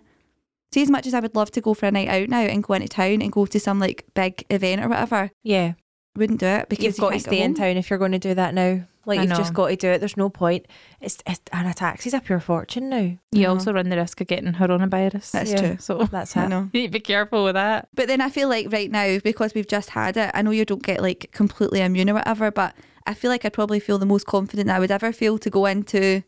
Speaker 5: See, as much as I would love to go for a night out now and go into town and go to some like big event or whatever,
Speaker 3: yeah,
Speaker 5: wouldn't do it because
Speaker 3: you've
Speaker 5: you
Speaker 3: got to
Speaker 5: can't
Speaker 3: stay
Speaker 5: get
Speaker 3: in
Speaker 5: home.
Speaker 3: town if you're going to do that now. Like
Speaker 4: I
Speaker 3: you've just
Speaker 4: know.
Speaker 3: got to do it. There's no point. It's, it's and a taxi's a pure fortune now.
Speaker 4: You
Speaker 5: know.
Speaker 4: also run the risk of getting coronavirus.
Speaker 5: That's
Speaker 3: Yeah.
Speaker 5: true.
Speaker 4: so
Speaker 3: That's
Speaker 5: Oh, I
Speaker 3: it.
Speaker 5: know.
Speaker 4: you need to be careful with that.
Speaker 5: But then I feel like right now, because we've just had it, I know you don't get like completely immune or whatever, but I feel like I'd probably feel the most confident I would ever feel to go into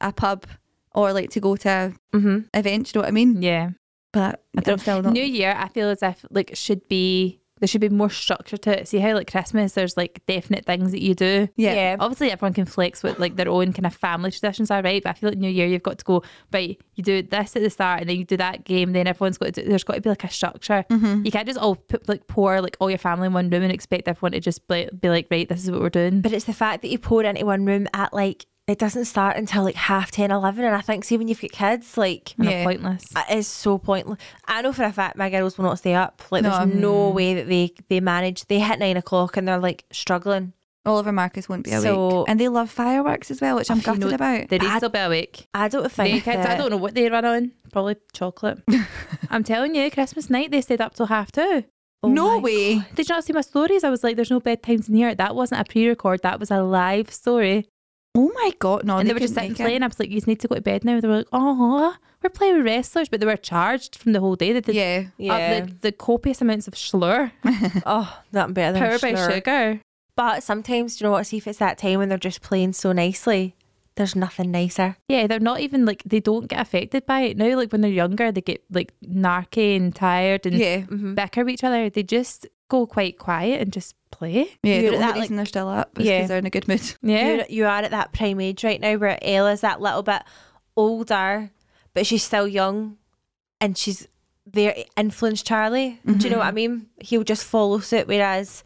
Speaker 5: a pub or like to go to a
Speaker 3: Mm-hmm.
Speaker 5: event, you know what I mean?
Speaker 4: Yeah.
Speaker 5: But
Speaker 4: I
Speaker 5: I'm
Speaker 4: don't-
Speaker 5: still not.
Speaker 4: New Year, I feel as if like should be there should be more structure to it. See how like Christmas, there's like definite things that you do.
Speaker 5: yeah.
Speaker 3: Yeah.
Speaker 4: Obviously, everyone can flex what like their own kind of family traditions are, right? But I feel like New Year, you've got to go right. You do this at the start, and then you do that game. Then everyone's got to. Do, there's got to be like a structure.
Speaker 5: Mm-hmm.
Speaker 4: You can't just all put like pour like all your family in one room and expect everyone to just be, be like, right, this is what we're doing.
Speaker 3: But it's the fact that you pour into one room at like it doesn't start until like half 10, 11 and I think see when you've got kids like
Speaker 4: And
Speaker 5: Yeah.
Speaker 4: it's pointless.
Speaker 3: it is so pointless. I know for a fact my girls will not stay up. Like there's
Speaker 5: No.
Speaker 3: no way that they they manage. They hit nine o'clock and they're like struggling.
Speaker 5: Oliver Marcus won't be awake.
Speaker 3: So-
Speaker 5: and they love fireworks as well, which I'm
Speaker 4: Oh, You
Speaker 5: gutted
Speaker 4: know,
Speaker 5: about.
Speaker 4: They need
Speaker 3: I-
Speaker 4: to still be awake.
Speaker 3: I don't
Speaker 4: They,
Speaker 3: think
Speaker 4: kids, I
Speaker 3: that-
Speaker 4: don't know what they run on. Probably chocolate. I'm telling you, Christmas night they stayed up till half two.
Speaker 3: Oh my
Speaker 5: no way.
Speaker 4: Did you not see my stories? I was like, there's no bedtimes in here. That wasn't a pre record, that was a live story.
Speaker 5: Oh my god, no.
Speaker 4: and they were just sitting
Speaker 5: couldn't make it.
Speaker 4: playing. I was like, you need to go to bed now. They were like, oh, we're playing with wrestlers, but they were charged from the whole day. They did
Speaker 5: Yeah.
Speaker 3: Yeah.
Speaker 4: up the, the copious amounts of slur,
Speaker 3: Oh, nothing better than a
Speaker 4: powered by
Speaker 3: schnurr.
Speaker 4: sugar.
Speaker 3: But sometimes, do you know what? See if it's that time when they're just playing so nicely. There's nothing nicer.
Speaker 4: Yeah, they're not even like, they don't get affected by it now. Like when they're younger, they get like narky and tired and
Speaker 5: Yeah.
Speaker 4: bicker with each other. They just go quite quiet and just play.
Speaker 5: Yeah.
Speaker 3: You're
Speaker 5: The
Speaker 3: at
Speaker 5: only
Speaker 3: that,
Speaker 5: reason they're still up is because
Speaker 3: Yeah.
Speaker 5: they're in a good mood.
Speaker 4: Yeah.
Speaker 3: You're, you are at that prime age right now where Ella's that little bit older, but she's still young and she's there influenced Charlie. Do you know what I mean? He'll just follow suit, whereas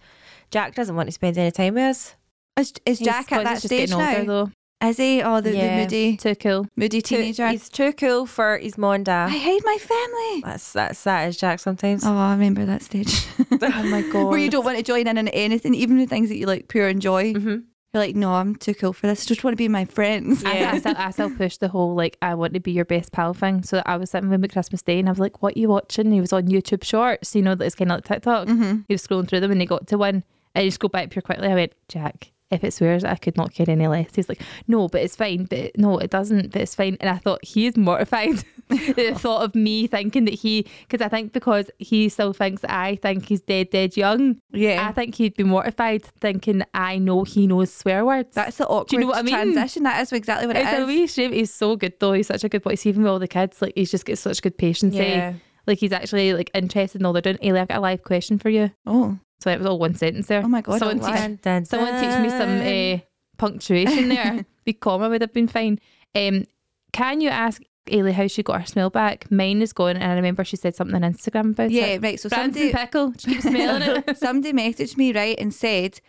Speaker 3: Jack doesn't want to spend any time with us.
Speaker 5: Is, is
Speaker 4: He's-
Speaker 5: Jack
Speaker 4: well,
Speaker 5: at
Speaker 4: he's
Speaker 5: that
Speaker 4: just
Speaker 5: stage
Speaker 4: getting older,
Speaker 5: now?
Speaker 4: though.
Speaker 5: Is he? Oh, the,
Speaker 3: Yeah.
Speaker 5: the moody,
Speaker 4: Too cool.
Speaker 5: moody
Speaker 3: Too-
Speaker 5: teenager.
Speaker 3: he's too cool for his mom and
Speaker 5: I
Speaker 3: dad.
Speaker 5: hate my family.
Speaker 3: That's, that's, that is Jack sometimes.
Speaker 5: Oh, I remember that stage.
Speaker 3: Oh my God.
Speaker 5: Where you don't want to join in on anything, even the things that you like pure enjoy.
Speaker 4: Mm.
Speaker 3: Mhm.
Speaker 5: You're like, no, I'm too cool for this. I just want to be my friends.
Speaker 4: I- I, still, I still push the whole like I want to be your best pal thing. So I was sitting with him at Christmas Day and I was like, "What you watching?" He was on YouTube Shorts, you know, that it's kind of like TikTok. He was scrolling through them and he got to one. I just go back pure quickly. I went, Jack, if it swears, I could not care any less. He's like, No, but it's fine. But it- no, it doesn't. But it's fine. And I thought he is mortified at the thought of me thinking that he, because I think because he still thinks that I think he's dead, dead young.
Speaker 5: Yeah.
Speaker 4: I think he'd be mortified thinking I know he knows swear words.
Speaker 5: That's the awkward
Speaker 4: Do you know what I mean?
Speaker 5: transition. That is exactly what it
Speaker 4: It's a
Speaker 5: is.
Speaker 4: wee shame. He's so good though. He's such a good boy. See, even with all the kids, like he's just got such good patience. eh?
Speaker 3: Yeah.
Speaker 4: Like he's actually like interested in all they're doing. Ailey, I've got a live question for you.
Speaker 5: oh,
Speaker 4: So it was all one sentence there.
Speaker 5: Oh my God,
Speaker 4: Someone
Speaker 5: a live-
Speaker 4: teach,
Speaker 3: Dun, dun,
Speaker 4: someone teach me some
Speaker 3: dun.
Speaker 4: uh, punctuation there. Be calm. I would have been fine. Um, can you ask Ailey how she got her smell back? Mine is gone, and I remember she said something on Instagram about
Speaker 5: yeah,
Speaker 4: it.
Speaker 5: right. So
Speaker 4: Branson
Speaker 5: somebody,
Speaker 4: pickle. She keeps smelling it.
Speaker 5: somebody messaged me right and said,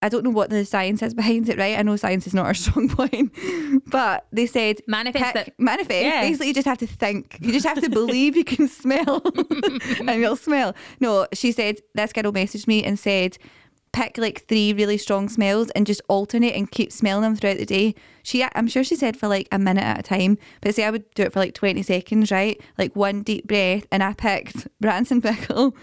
Speaker 5: I don't know what the science is behind it, right? I know science is not our strong point, but they said
Speaker 4: Manifest
Speaker 5: pick-
Speaker 4: it.
Speaker 5: manifest.
Speaker 3: Yeah.
Speaker 5: Basically, you just have to think. You just have to believe you can smell, and you'll smell. No, she said this girl messaged me and said, pick like three really strong smells and just alternate and keep smelling them throughout the day. She, I'm sure she said for like a minute at a time, but see, I would do it for like 20 seconds, right? Like one deep breath, and I picked Branson pickle.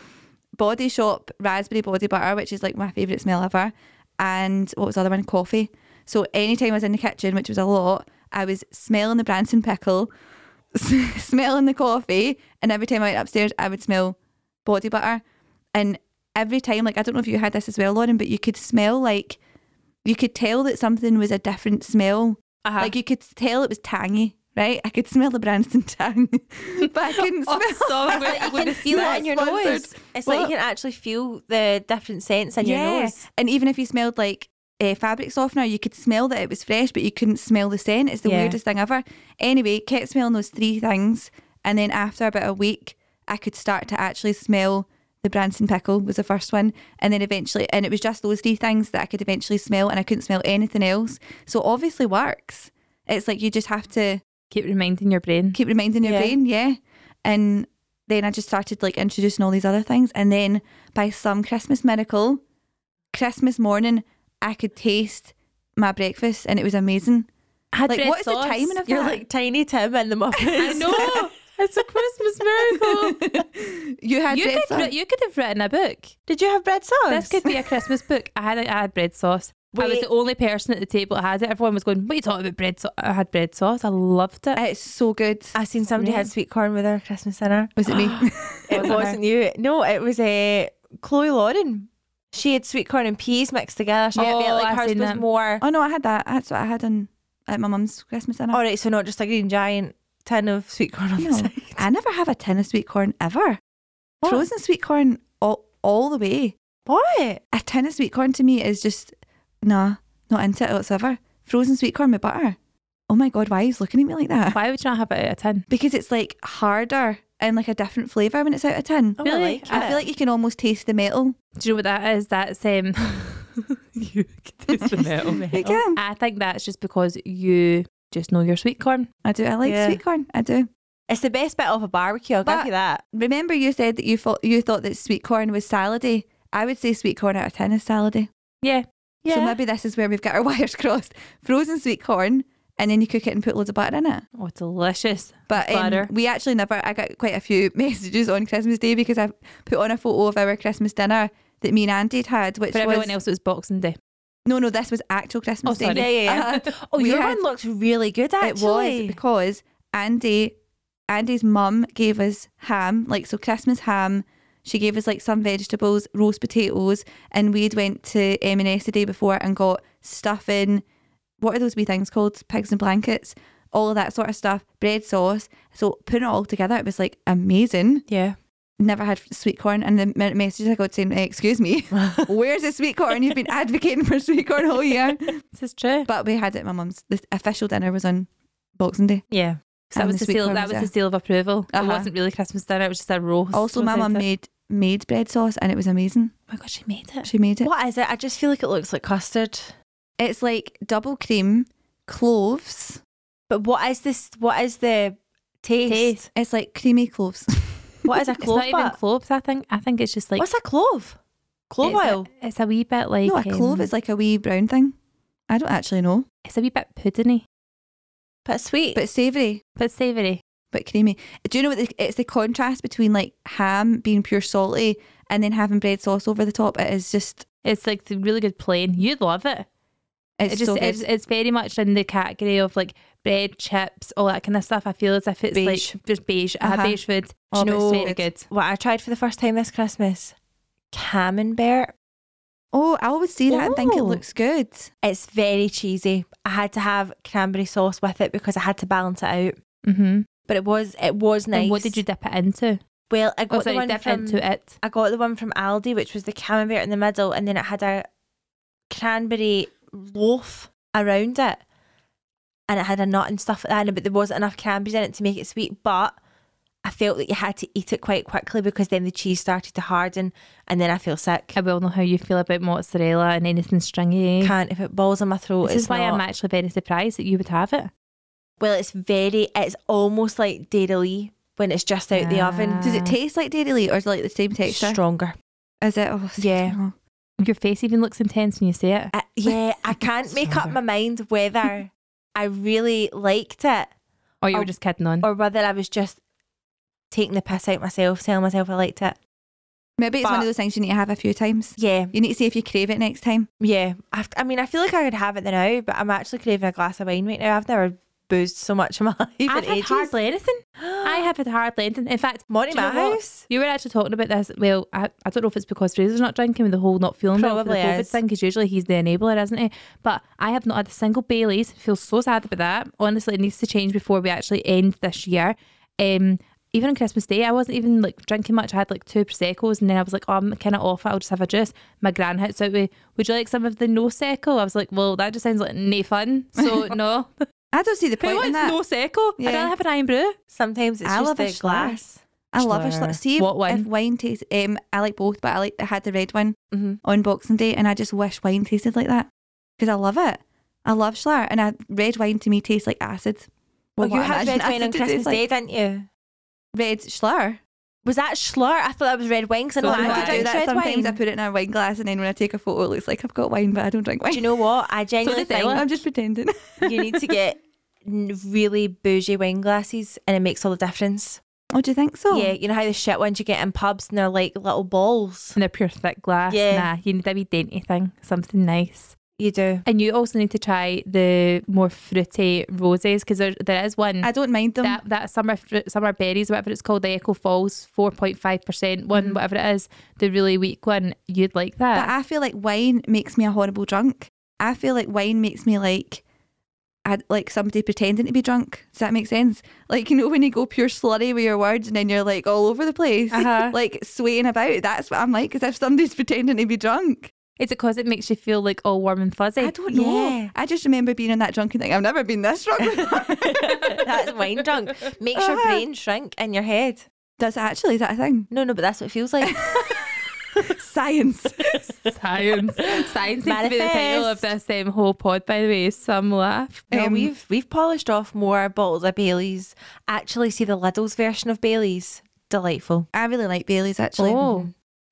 Speaker 5: Body Shop raspberry body butter, which is like my favourite smell ever. And what was the other one? Coffee. So anytime I was in the kitchen, which was a lot, I was smelling the Branson pickle, smelling the coffee, and every time I went upstairs, I would smell body butter. And every time, like I don't know if you had this as well, Lauren, but you could smell like you could tell that something was a different smell.
Speaker 4: Uh-huh.
Speaker 5: Like you could tell it was tangy, right? I could smell the Branston tang, but I couldn't
Speaker 3: Oh,
Speaker 5: smell.
Speaker 4: Awesome.
Speaker 3: It's like you can feel it
Speaker 5: not
Speaker 3: in your
Speaker 5: sponsored.
Speaker 3: nose. It's like
Speaker 5: What?
Speaker 3: you can actually feel the different scents in your nose.
Speaker 5: and even if you smelled like a fabric softener, you could smell that it was fresh, but you couldn't smell the scent. It's the
Speaker 3: Yeah.
Speaker 5: weirdest thing ever. Anyway, kept smelling those three things, and then after about a week, I could start to actually smell. The Branson pickle was the first one, and then eventually, and it was just those three things that I could eventually smell, and I couldn't smell anything else. So obviously works. It's like you just have to
Speaker 4: Keep reminding your brain.
Speaker 5: keep reminding your
Speaker 3: Yeah.
Speaker 5: brain, yeah. And then I just started like introducing all these other things, and then by some Christmas miracle, Christmas morning, I could taste my breakfast, and it was amazing.
Speaker 4: I had
Speaker 5: Like,
Speaker 4: bread
Speaker 5: what is the
Speaker 4: sauce.
Speaker 5: timing of
Speaker 3: You're
Speaker 5: that?
Speaker 3: like Tiny Tim in the Muppets.
Speaker 4: I know. It's a Christmas miracle.
Speaker 5: you had
Speaker 4: you
Speaker 5: bread
Speaker 4: could
Speaker 5: sauce.
Speaker 4: wri- you could have written a book.
Speaker 3: Did you have bread sauce?
Speaker 4: This could be a Christmas book. I had I had bread sauce. I was
Speaker 3: Wait.
Speaker 4: the only person at the table that had it. Everyone was going, "What are you talking about bread sauce?" I had bread sauce. I loved it.
Speaker 5: Uh, it's so good.
Speaker 3: I seen somebody had sweet corn with her Christmas dinner.
Speaker 5: Was it me?
Speaker 3: It wasn't you. No, it was uh, Chloe Lauren. She had sweet corn and peas mixed together. So
Speaker 4: Oh,
Speaker 3: I felt like
Speaker 4: I
Speaker 3: hers
Speaker 4: seen
Speaker 3: was
Speaker 4: that.
Speaker 3: more.
Speaker 5: oh no, I had that. That's what I had on at my mum's Christmas dinner.
Speaker 3: All right, so not just a green giant tin of sweet corn on the
Speaker 5: no,
Speaker 3: side.
Speaker 5: I never have a tin of sweet corn ever.
Speaker 3: What?
Speaker 5: Frozen sweet corn all, all the way.
Speaker 3: What?
Speaker 5: a tin of sweet corn to me is just nah, not into it whatsoever. Frozen sweet corn with butter. Oh my god, why are you looking at me like that?
Speaker 4: Why would you not have it out of a tin?
Speaker 5: Because it's like harder and like a different flavour when it's out of tin.
Speaker 3: Oh,
Speaker 4: Really?
Speaker 3: I, like
Speaker 5: I
Speaker 3: it.
Speaker 5: feel like you can almost taste the metal.
Speaker 4: Do you know what that is? That's um, you could taste the metal.
Speaker 5: You can.
Speaker 4: I think that's just because you just know your sweet corn.
Speaker 5: I do. I like
Speaker 3: Yeah.
Speaker 5: sweet corn. I do.
Speaker 3: it's the best bit of a barbecue. I'll
Speaker 5: But-
Speaker 3: give you that.
Speaker 5: Remember, you said that you thought you thought that sweet corn was salady. I would say sweet corn out of tin is salady.
Speaker 4: Yeah,
Speaker 5: So
Speaker 3: Yeah.
Speaker 5: maybe this is where we've got our wires crossed. Frozen sweet corn, and then you cook it and put loads of butter in it.
Speaker 4: oh, delicious.
Speaker 5: But um,
Speaker 4: Butter.
Speaker 5: we actually never. I got quite a few messages on Christmas Day because I put on a photo of our Christmas dinner that me and Andy had had, which
Speaker 4: For
Speaker 5: was
Speaker 4: everyone else, it was Boxing Day.
Speaker 5: no, no. This was actual Christmas
Speaker 4: Oh,
Speaker 5: Day.
Speaker 4: sorry.
Speaker 3: Yeah, yeah, yeah.
Speaker 5: Uh-huh.
Speaker 3: oh,
Speaker 5: We
Speaker 3: your
Speaker 5: had-
Speaker 3: one looks really good,
Speaker 5: It
Speaker 3: actually.
Speaker 5: was because Andy, Andy's mum gave us ham, like so Christmas ham. She gave us like some vegetables, roast potatoes, and we'd went to M and S the day before and got stuffing. What are those wee things called? Pigs and blankets, all of that sort of stuff, bread sauce. So putting it all together, it was like amazing.
Speaker 3: Yeah.
Speaker 5: never had sweet corn and the me- messages I got saying "Eh, excuse me where's the sweet corn you've been advocating for sweet corn all year
Speaker 4: This is true.
Speaker 5: but we had it at my mum's the official dinner was on Boxing Day
Speaker 3: Yeah.
Speaker 4: So that
Speaker 5: and
Speaker 4: was
Speaker 5: the
Speaker 4: the,
Speaker 5: sweet
Speaker 4: seal.
Speaker 5: corn
Speaker 4: That
Speaker 5: was
Speaker 4: was
Speaker 5: there.
Speaker 4: the seal of approval.
Speaker 5: Uh-huh.
Speaker 4: It wasn't really Christmas dinner. It was just a roast.
Speaker 5: also my
Speaker 4: without
Speaker 5: mum
Speaker 4: it.
Speaker 5: made made bread sauce and it was amazing
Speaker 4: Oh my god, she made it.
Speaker 5: she made it
Speaker 3: What is it? I just feel like it looks like custard.
Speaker 5: it's like double cream cloves
Speaker 3: But what is this? What is the taste?
Speaker 4: Taste.
Speaker 5: it's like creamy cloves
Speaker 3: What is a
Speaker 4: It's
Speaker 3: clove?
Speaker 4: not even
Speaker 3: butt?
Speaker 4: cloves. I think. I think it's just like
Speaker 3: What's a clove? Clove
Speaker 4: it's a-
Speaker 3: oil.
Speaker 4: It's a, wee bit like
Speaker 5: no a clove
Speaker 4: um,
Speaker 5: is like a wee brown thing I don't actually know
Speaker 4: it's a wee bit puddingy,
Speaker 3: But sweet.
Speaker 5: but savoury
Speaker 4: but savoury.
Speaker 5: but creamy. Do you know what? The, it's the contrast between like ham being pure salty and then having bread sauce over the top. It is just
Speaker 4: It's like the really good plain. You'd love it.
Speaker 5: it's
Speaker 4: it just
Speaker 5: so good.
Speaker 4: it's, it's very much in the category of like bread, chips, all that kind of stuff. I feel as if it's
Speaker 5: Beige.
Speaker 4: like just beige, uh
Speaker 5: Uh-huh.
Speaker 4: beige food.
Speaker 5: Oh,
Speaker 4: Do
Speaker 5: but
Speaker 4: you
Speaker 5: it's
Speaker 4: know,
Speaker 5: so
Speaker 4: very
Speaker 5: good.
Speaker 4: good.
Speaker 3: what I tried for the first time this Christmas, camembert.
Speaker 5: oh, I always see that and think it
Speaker 3: Oh.
Speaker 5: looks good.
Speaker 3: It's very cheesy. I had to have cranberry sauce with it because I had to balance it out.
Speaker 4: Mm-hmm.
Speaker 3: But it was it was nice.
Speaker 4: And what did you dip it into?
Speaker 3: Well, I got
Speaker 4: Oh,
Speaker 3: the
Speaker 4: sorry,
Speaker 3: one
Speaker 4: dip
Speaker 3: from
Speaker 4: into it.
Speaker 3: I got the one from Aldi, which was the camembert in the middle, and then it had a cranberry loaf around it, and it had a nut and stuff like that. But there wasn't enough cranberries in it to make it sweet. But I felt that you had to eat it quite quickly because then the cheese started to harden, and then I feel sick.
Speaker 4: I
Speaker 3: I
Speaker 4: will know how you feel about mozzarella and anything stringy.
Speaker 3: can't if it balls in my throat.
Speaker 4: this
Speaker 3: it's
Speaker 4: is why
Speaker 3: not.
Speaker 4: I'm actually very surprised that you would have it.
Speaker 3: well, it's very. It's almost like dairy when it's just out the oven.
Speaker 5: Does it
Speaker 4: Ah.
Speaker 5: taste like dairy Lee or is it like the same texture?
Speaker 3: stronger?
Speaker 5: Is it? Oh, see, I
Speaker 3: Yeah.
Speaker 5: don't know.
Speaker 4: Your face even looks intense when you say it.
Speaker 3: I, Uh, yeah, I can't make up
Speaker 4: Stronger.
Speaker 3: my mind whether I really liked it
Speaker 4: Or you
Speaker 3: Oh,
Speaker 4: were just kidding on.
Speaker 3: or whether I was just taking the piss out myself, telling myself I liked it.
Speaker 5: Maybe it's one of
Speaker 3: But-
Speaker 5: those things you need to have a few times.
Speaker 3: Yeah,
Speaker 5: You need to see if you crave it next time.
Speaker 3: yeah. I've, I mean, I feel like I could have it now, but I'm actually craving a glass of wine right now. I've never boozed so much in my life in
Speaker 4: I've had
Speaker 3: ages.
Speaker 4: hardly anything. I have had hardly anything. In fact,
Speaker 3: Monty
Speaker 4: do you know what?
Speaker 3: Mouse?
Speaker 4: You were actually talking about this. Well, I, I don't know if it's because Fraser's not drinking with the whole not feeling well for the
Speaker 3: Probably
Speaker 4: COVID
Speaker 3: is.
Speaker 4: thing, because usually he's the enabler, isn't he? But I have not had a single Bailey's. Feel so sad about that. Honestly, it needs to change before we actually end this year. Um, even on Christmas Day, I wasn't even like drinking much. I had like two prosecco's, and then I was like, "Oh, I'm kind of off. it. I'll just have a juice." My gran hits out with, "Would you like some of the no secco?" I was like, "Well, that just sounds like no fun." So no,
Speaker 5: I don't see the
Speaker 4: who
Speaker 5: point in
Speaker 4: wants
Speaker 5: that.
Speaker 4: no secco?
Speaker 5: Yeah.
Speaker 4: I'd rather have an iron brew.
Speaker 3: Sometimes it's
Speaker 5: I
Speaker 3: just
Speaker 5: love a
Speaker 3: the glass.
Speaker 5: I love a schlur.
Speaker 4: Schlur.
Speaker 5: See if,
Speaker 4: What one?
Speaker 5: if wine tastes. Um, I like both, but I like I had the red one
Speaker 3: Mm-hmm.
Speaker 4: Mhm.
Speaker 5: on Boxing Day, and I just wish wine tasted like that because I love it. I love schlur, and I, red wine to me tastes like acid.
Speaker 3: Oh,
Speaker 5: Well,
Speaker 3: you
Speaker 5: what I
Speaker 3: had red
Speaker 5: imagine
Speaker 3: wine on
Speaker 5: acid to taste
Speaker 3: Christmas
Speaker 5: like.
Speaker 3: Day, didn't you?
Speaker 5: Red schlur.
Speaker 3: Was that Schlur? I thought that was red wine because I
Speaker 4: So
Speaker 3: know
Speaker 4: do
Speaker 5: I
Speaker 4: I
Speaker 3: I
Speaker 5: do
Speaker 3: drink
Speaker 5: that
Speaker 3: red
Speaker 5: sometimes.
Speaker 3: wine.
Speaker 5: I put it in a wine glass, and then when I take a photo, it looks like I've got wine, but I don't drink wine.
Speaker 3: Do you know what? I
Speaker 4: So
Speaker 3: genuinely
Speaker 4: did Ella.
Speaker 3: think
Speaker 5: I'm just pretending.
Speaker 3: you need to get n- really bougie wine glasses and it makes all the difference.
Speaker 5: Oh, do you think so?
Speaker 3: Yeah, you know how the shit ones you get in pubs and they're like little balls?
Speaker 4: in a pure thick glass.
Speaker 3: Yeah.
Speaker 4: Nah, you need a wee dainty thing, something nice.
Speaker 3: You do.
Speaker 4: And you also need to try the more fruity roses because there, there is one
Speaker 5: I don't mind them.
Speaker 4: that that summer fruit, summer berries, whatever it's called, the Echo Falls, four point five percent one, whatever it is, the really weak one. You'd like
Speaker 5: Mm. But
Speaker 4: that.
Speaker 5: I feel like wine makes me a horrible drunk. I feel like wine makes me like, I, like somebody pretending to be drunk. Does that make sense? Like you know when you go pure slurry with your words and then you're like all over the place,
Speaker 4: Uh-huh.
Speaker 5: like swaying about. That's what I'm like. Because if somebody's pretending to be drunk,
Speaker 4: Is it because it makes you feel like all warm and fuzzy?
Speaker 5: I don't know.
Speaker 3: Yeah.
Speaker 5: I just remember being on that drunk and thinking I've never been this drunk.
Speaker 3: That's wine drunk. Makes your
Speaker 5: Uh-huh.
Speaker 3: brain shrink in your head.
Speaker 5: Does it actually is that a thing?
Speaker 3: No, no, but that's what it feels like.
Speaker 5: Science.
Speaker 4: Science. Science needs to be the title of this um, whole pod, by the way. Some laugh.
Speaker 3: No,
Speaker 5: Um,
Speaker 3: we've we've polished off more bottles of Bailey's. Actually, see the Lidl's version of Bailey's. Delightful.
Speaker 5: I really like Bailey's actually.
Speaker 4: Oh.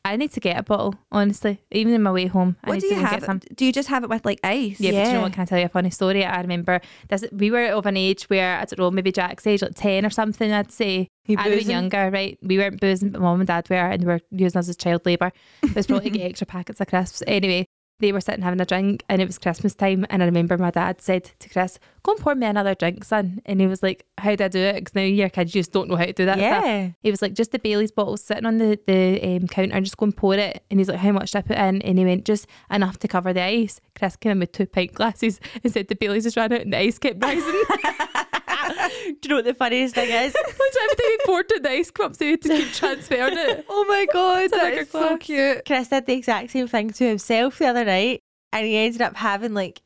Speaker 4: I need to get a bottle, honestly. Even on my way home, I
Speaker 5: What
Speaker 4: need
Speaker 5: do
Speaker 4: to
Speaker 5: you
Speaker 4: go get
Speaker 5: have?
Speaker 4: some.
Speaker 5: Do you just have it with like ice?
Speaker 4: Yeah, but do you
Speaker 3: Yeah.
Speaker 4: know what? Can I tell you a funny story? I remember this. We were of an age where I don't know, maybe Jack's age, like ten or something. I'd say
Speaker 3: He
Speaker 4: I'd been
Speaker 3: boozing?
Speaker 4: younger, right? We weren't boozing, but mum and dad were, and were using us as child labour. It was probably to get extra packets of crisps. Anyway, they were sitting having a drink, and it was Christmas time. And I remember my dad said to Chris, "Go and pour me another drink, son." And he was like, "How do I do it? Because now your kids just don't know how to do that stuff."
Speaker 3: yeah.
Speaker 4: He was like, just the Bailey's bottle sitting on the, the um, counter and just go and pour it. And he's like, how much did I put in? And he went, just enough to cover the ice. Chris came in with two pint glasses and said the Bailey's just ran out and the ice kept rising.
Speaker 3: Do you know what the funniest thing is?
Speaker 4: Which every time he poured it, the ice came up so he had to keep transferring it.
Speaker 5: Oh my god,
Speaker 4: a
Speaker 5: that
Speaker 4: liquor
Speaker 5: is so
Speaker 4: glass.
Speaker 5: cute.
Speaker 3: Chris did the exact same thing to himself the other night, and he ended up having like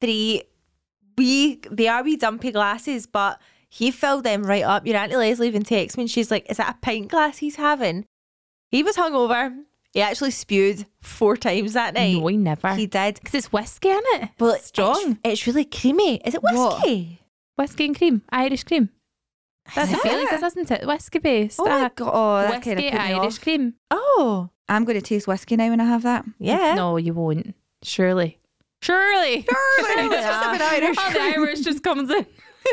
Speaker 3: three wee. They are wee dumpy glasses, but he filled them right up. Your auntie Leslie even texts me, and she's like, "Is that a pint glass he's having?" He was hungover. He actually spewed four times that night.
Speaker 4: No, he never.
Speaker 3: he
Speaker 4: Because
Speaker 3: did.
Speaker 4: it's whiskey in it.
Speaker 3: Well,
Speaker 4: it's strong.
Speaker 3: It's, it's really creamy. Is it
Speaker 5: What?
Speaker 3: whiskey?
Speaker 4: Whiskey and cream. Irish cream. That's
Speaker 5: Is
Speaker 4: what
Speaker 5: it?
Speaker 4: Bailey's is, isn't it? Whiskey based.
Speaker 5: Oh my
Speaker 4: Ah,
Speaker 5: god, oh, that kind of
Speaker 4: whiskey,
Speaker 5: put me
Speaker 4: Irish
Speaker 5: off.
Speaker 4: cream.
Speaker 3: Oh,
Speaker 5: I'm going to taste whiskey now when I have that.
Speaker 3: yeah.
Speaker 4: No, you won't. Surely. Surely.
Speaker 5: Surely, it's just a bit Irish.
Speaker 4: Oh, the Irish just comes in.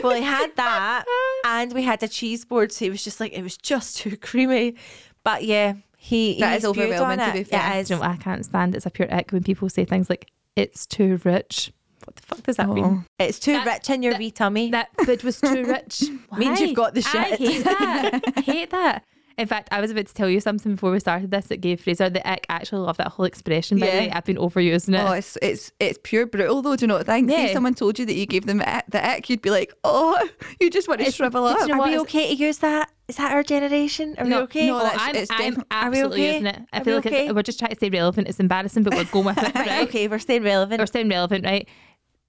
Speaker 3: Well, he had that, and we had a cheese board, so it was just like it was just too creamy. But yeah, he
Speaker 5: That
Speaker 3: he
Speaker 5: is
Speaker 3: spewed
Speaker 5: overwhelming,
Speaker 3: on
Speaker 5: to be
Speaker 3: it.
Speaker 5: fair.
Speaker 3: It
Speaker 4: Do
Speaker 3: is.
Speaker 4: you know what I can't stand? It's a pure ick when people say things like, it's too rich. What the fuck does that mean?
Speaker 3: It's too
Speaker 4: That-
Speaker 3: rich in your
Speaker 4: that-
Speaker 3: wee tummy.
Speaker 4: Oh. That food was too rich.
Speaker 3: Means you've
Speaker 4: Why?
Speaker 3: got the
Speaker 4: I
Speaker 3: shits.
Speaker 4: hate that. I hate that. In fact, I was about to tell you something before we started this that gave Fraser the ick. I actually love that whole expression, by the
Speaker 5: Yeah.
Speaker 4: way. I've been overusing it.
Speaker 5: Oh, it's it's it's pure brutal though. Do you not think?
Speaker 4: Yeah.
Speaker 5: If someone told you that you gave them the ick- the ick, you'd be like, oh, you just want to
Speaker 4: It's-
Speaker 5: shrivel
Speaker 4: did you
Speaker 5: up.
Speaker 4: know
Speaker 3: Are
Speaker 4: what
Speaker 3: we
Speaker 4: is-
Speaker 3: okay to use that? Is that our generation? Are we okay?
Speaker 5: no,
Speaker 4: Oh,
Speaker 5: that's-
Speaker 4: I'm,
Speaker 5: it's
Speaker 4: I'm
Speaker 5: definitely-
Speaker 3: Are we
Speaker 4: absolutely
Speaker 3: okay?
Speaker 4: using it. I
Speaker 3: Are
Speaker 4: feel
Speaker 3: we
Speaker 4: like
Speaker 3: okay?
Speaker 4: it's, we're just trying to stay relevant. It's embarrassing, but we're going with
Speaker 3: Right,
Speaker 4: it, right?
Speaker 3: Oh, okay, we're staying
Speaker 4: or
Speaker 3: relevant.
Speaker 4: staying relevant, right?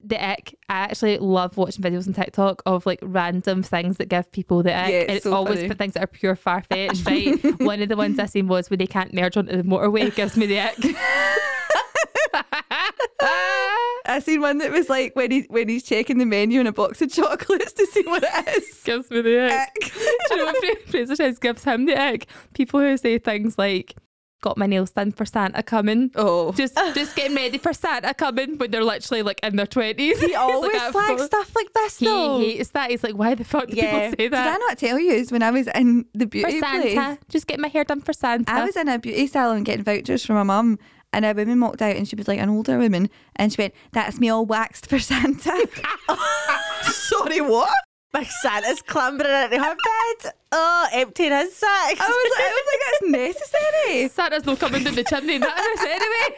Speaker 4: The ick. I actually love watching videos on TikTok of like random things that give people the ick.
Speaker 5: Yeah, it's
Speaker 4: and it's
Speaker 5: so
Speaker 4: always
Speaker 5: funny.
Speaker 4: for things that are pure far fetched, right? One of the ones I seen was when they can't merge onto the motorway it gives me the ick.
Speaker 5: Ah! I seen one that was like when he when he's checking the menu in a box of chocolates to see what it is.
Speaker 4: gives me the ick.
Speaker 5: Ick.
Speaker 4: Do you know what Fra- Fraser says gives him the ick? People who say things like, Got my nails done for Santa coming.
Speaker 5: Oh,
Speaker 4: Just just getting ready for Santa coming when they're literally like in their twenties.
Speaker 3: He always
Speaker 4: like, "I've
Speaker 3: flags
Speaker 4: got-"
Speaker 3: stuff like this
Speaker 4: He
Speaker 3: though.
Speaker 4: hates that. He's like, why the fuck do
Speaker 3: Yeah.
Speaker 4: people say
Speaker 5: did I
Speaker 4: that?
Speaker 5: not tell you? Is when I was in the
Speaker 4: For
Speaker 5: beauty
Speaker 4: Santa.
Speaker 5: place.
Speaker 3: Oh.
Speaker 4: Just get my hair done for Santa.
Speaker 5: I was in a beauty salon getting vouchers from my mum, and a woman walked out and she was like an older woman and she went, That's me all waxed for Santa. Sorry, what?
Speaker 3: My Santa's clambering into her bed. Oh, emptying his sacks.
Speaker 5: I
Speaker 4: Oh,
Speaker 5: was like, I was like, that's necessary.
Speaker 4: Santa's no coming down the chimney in that house anyway.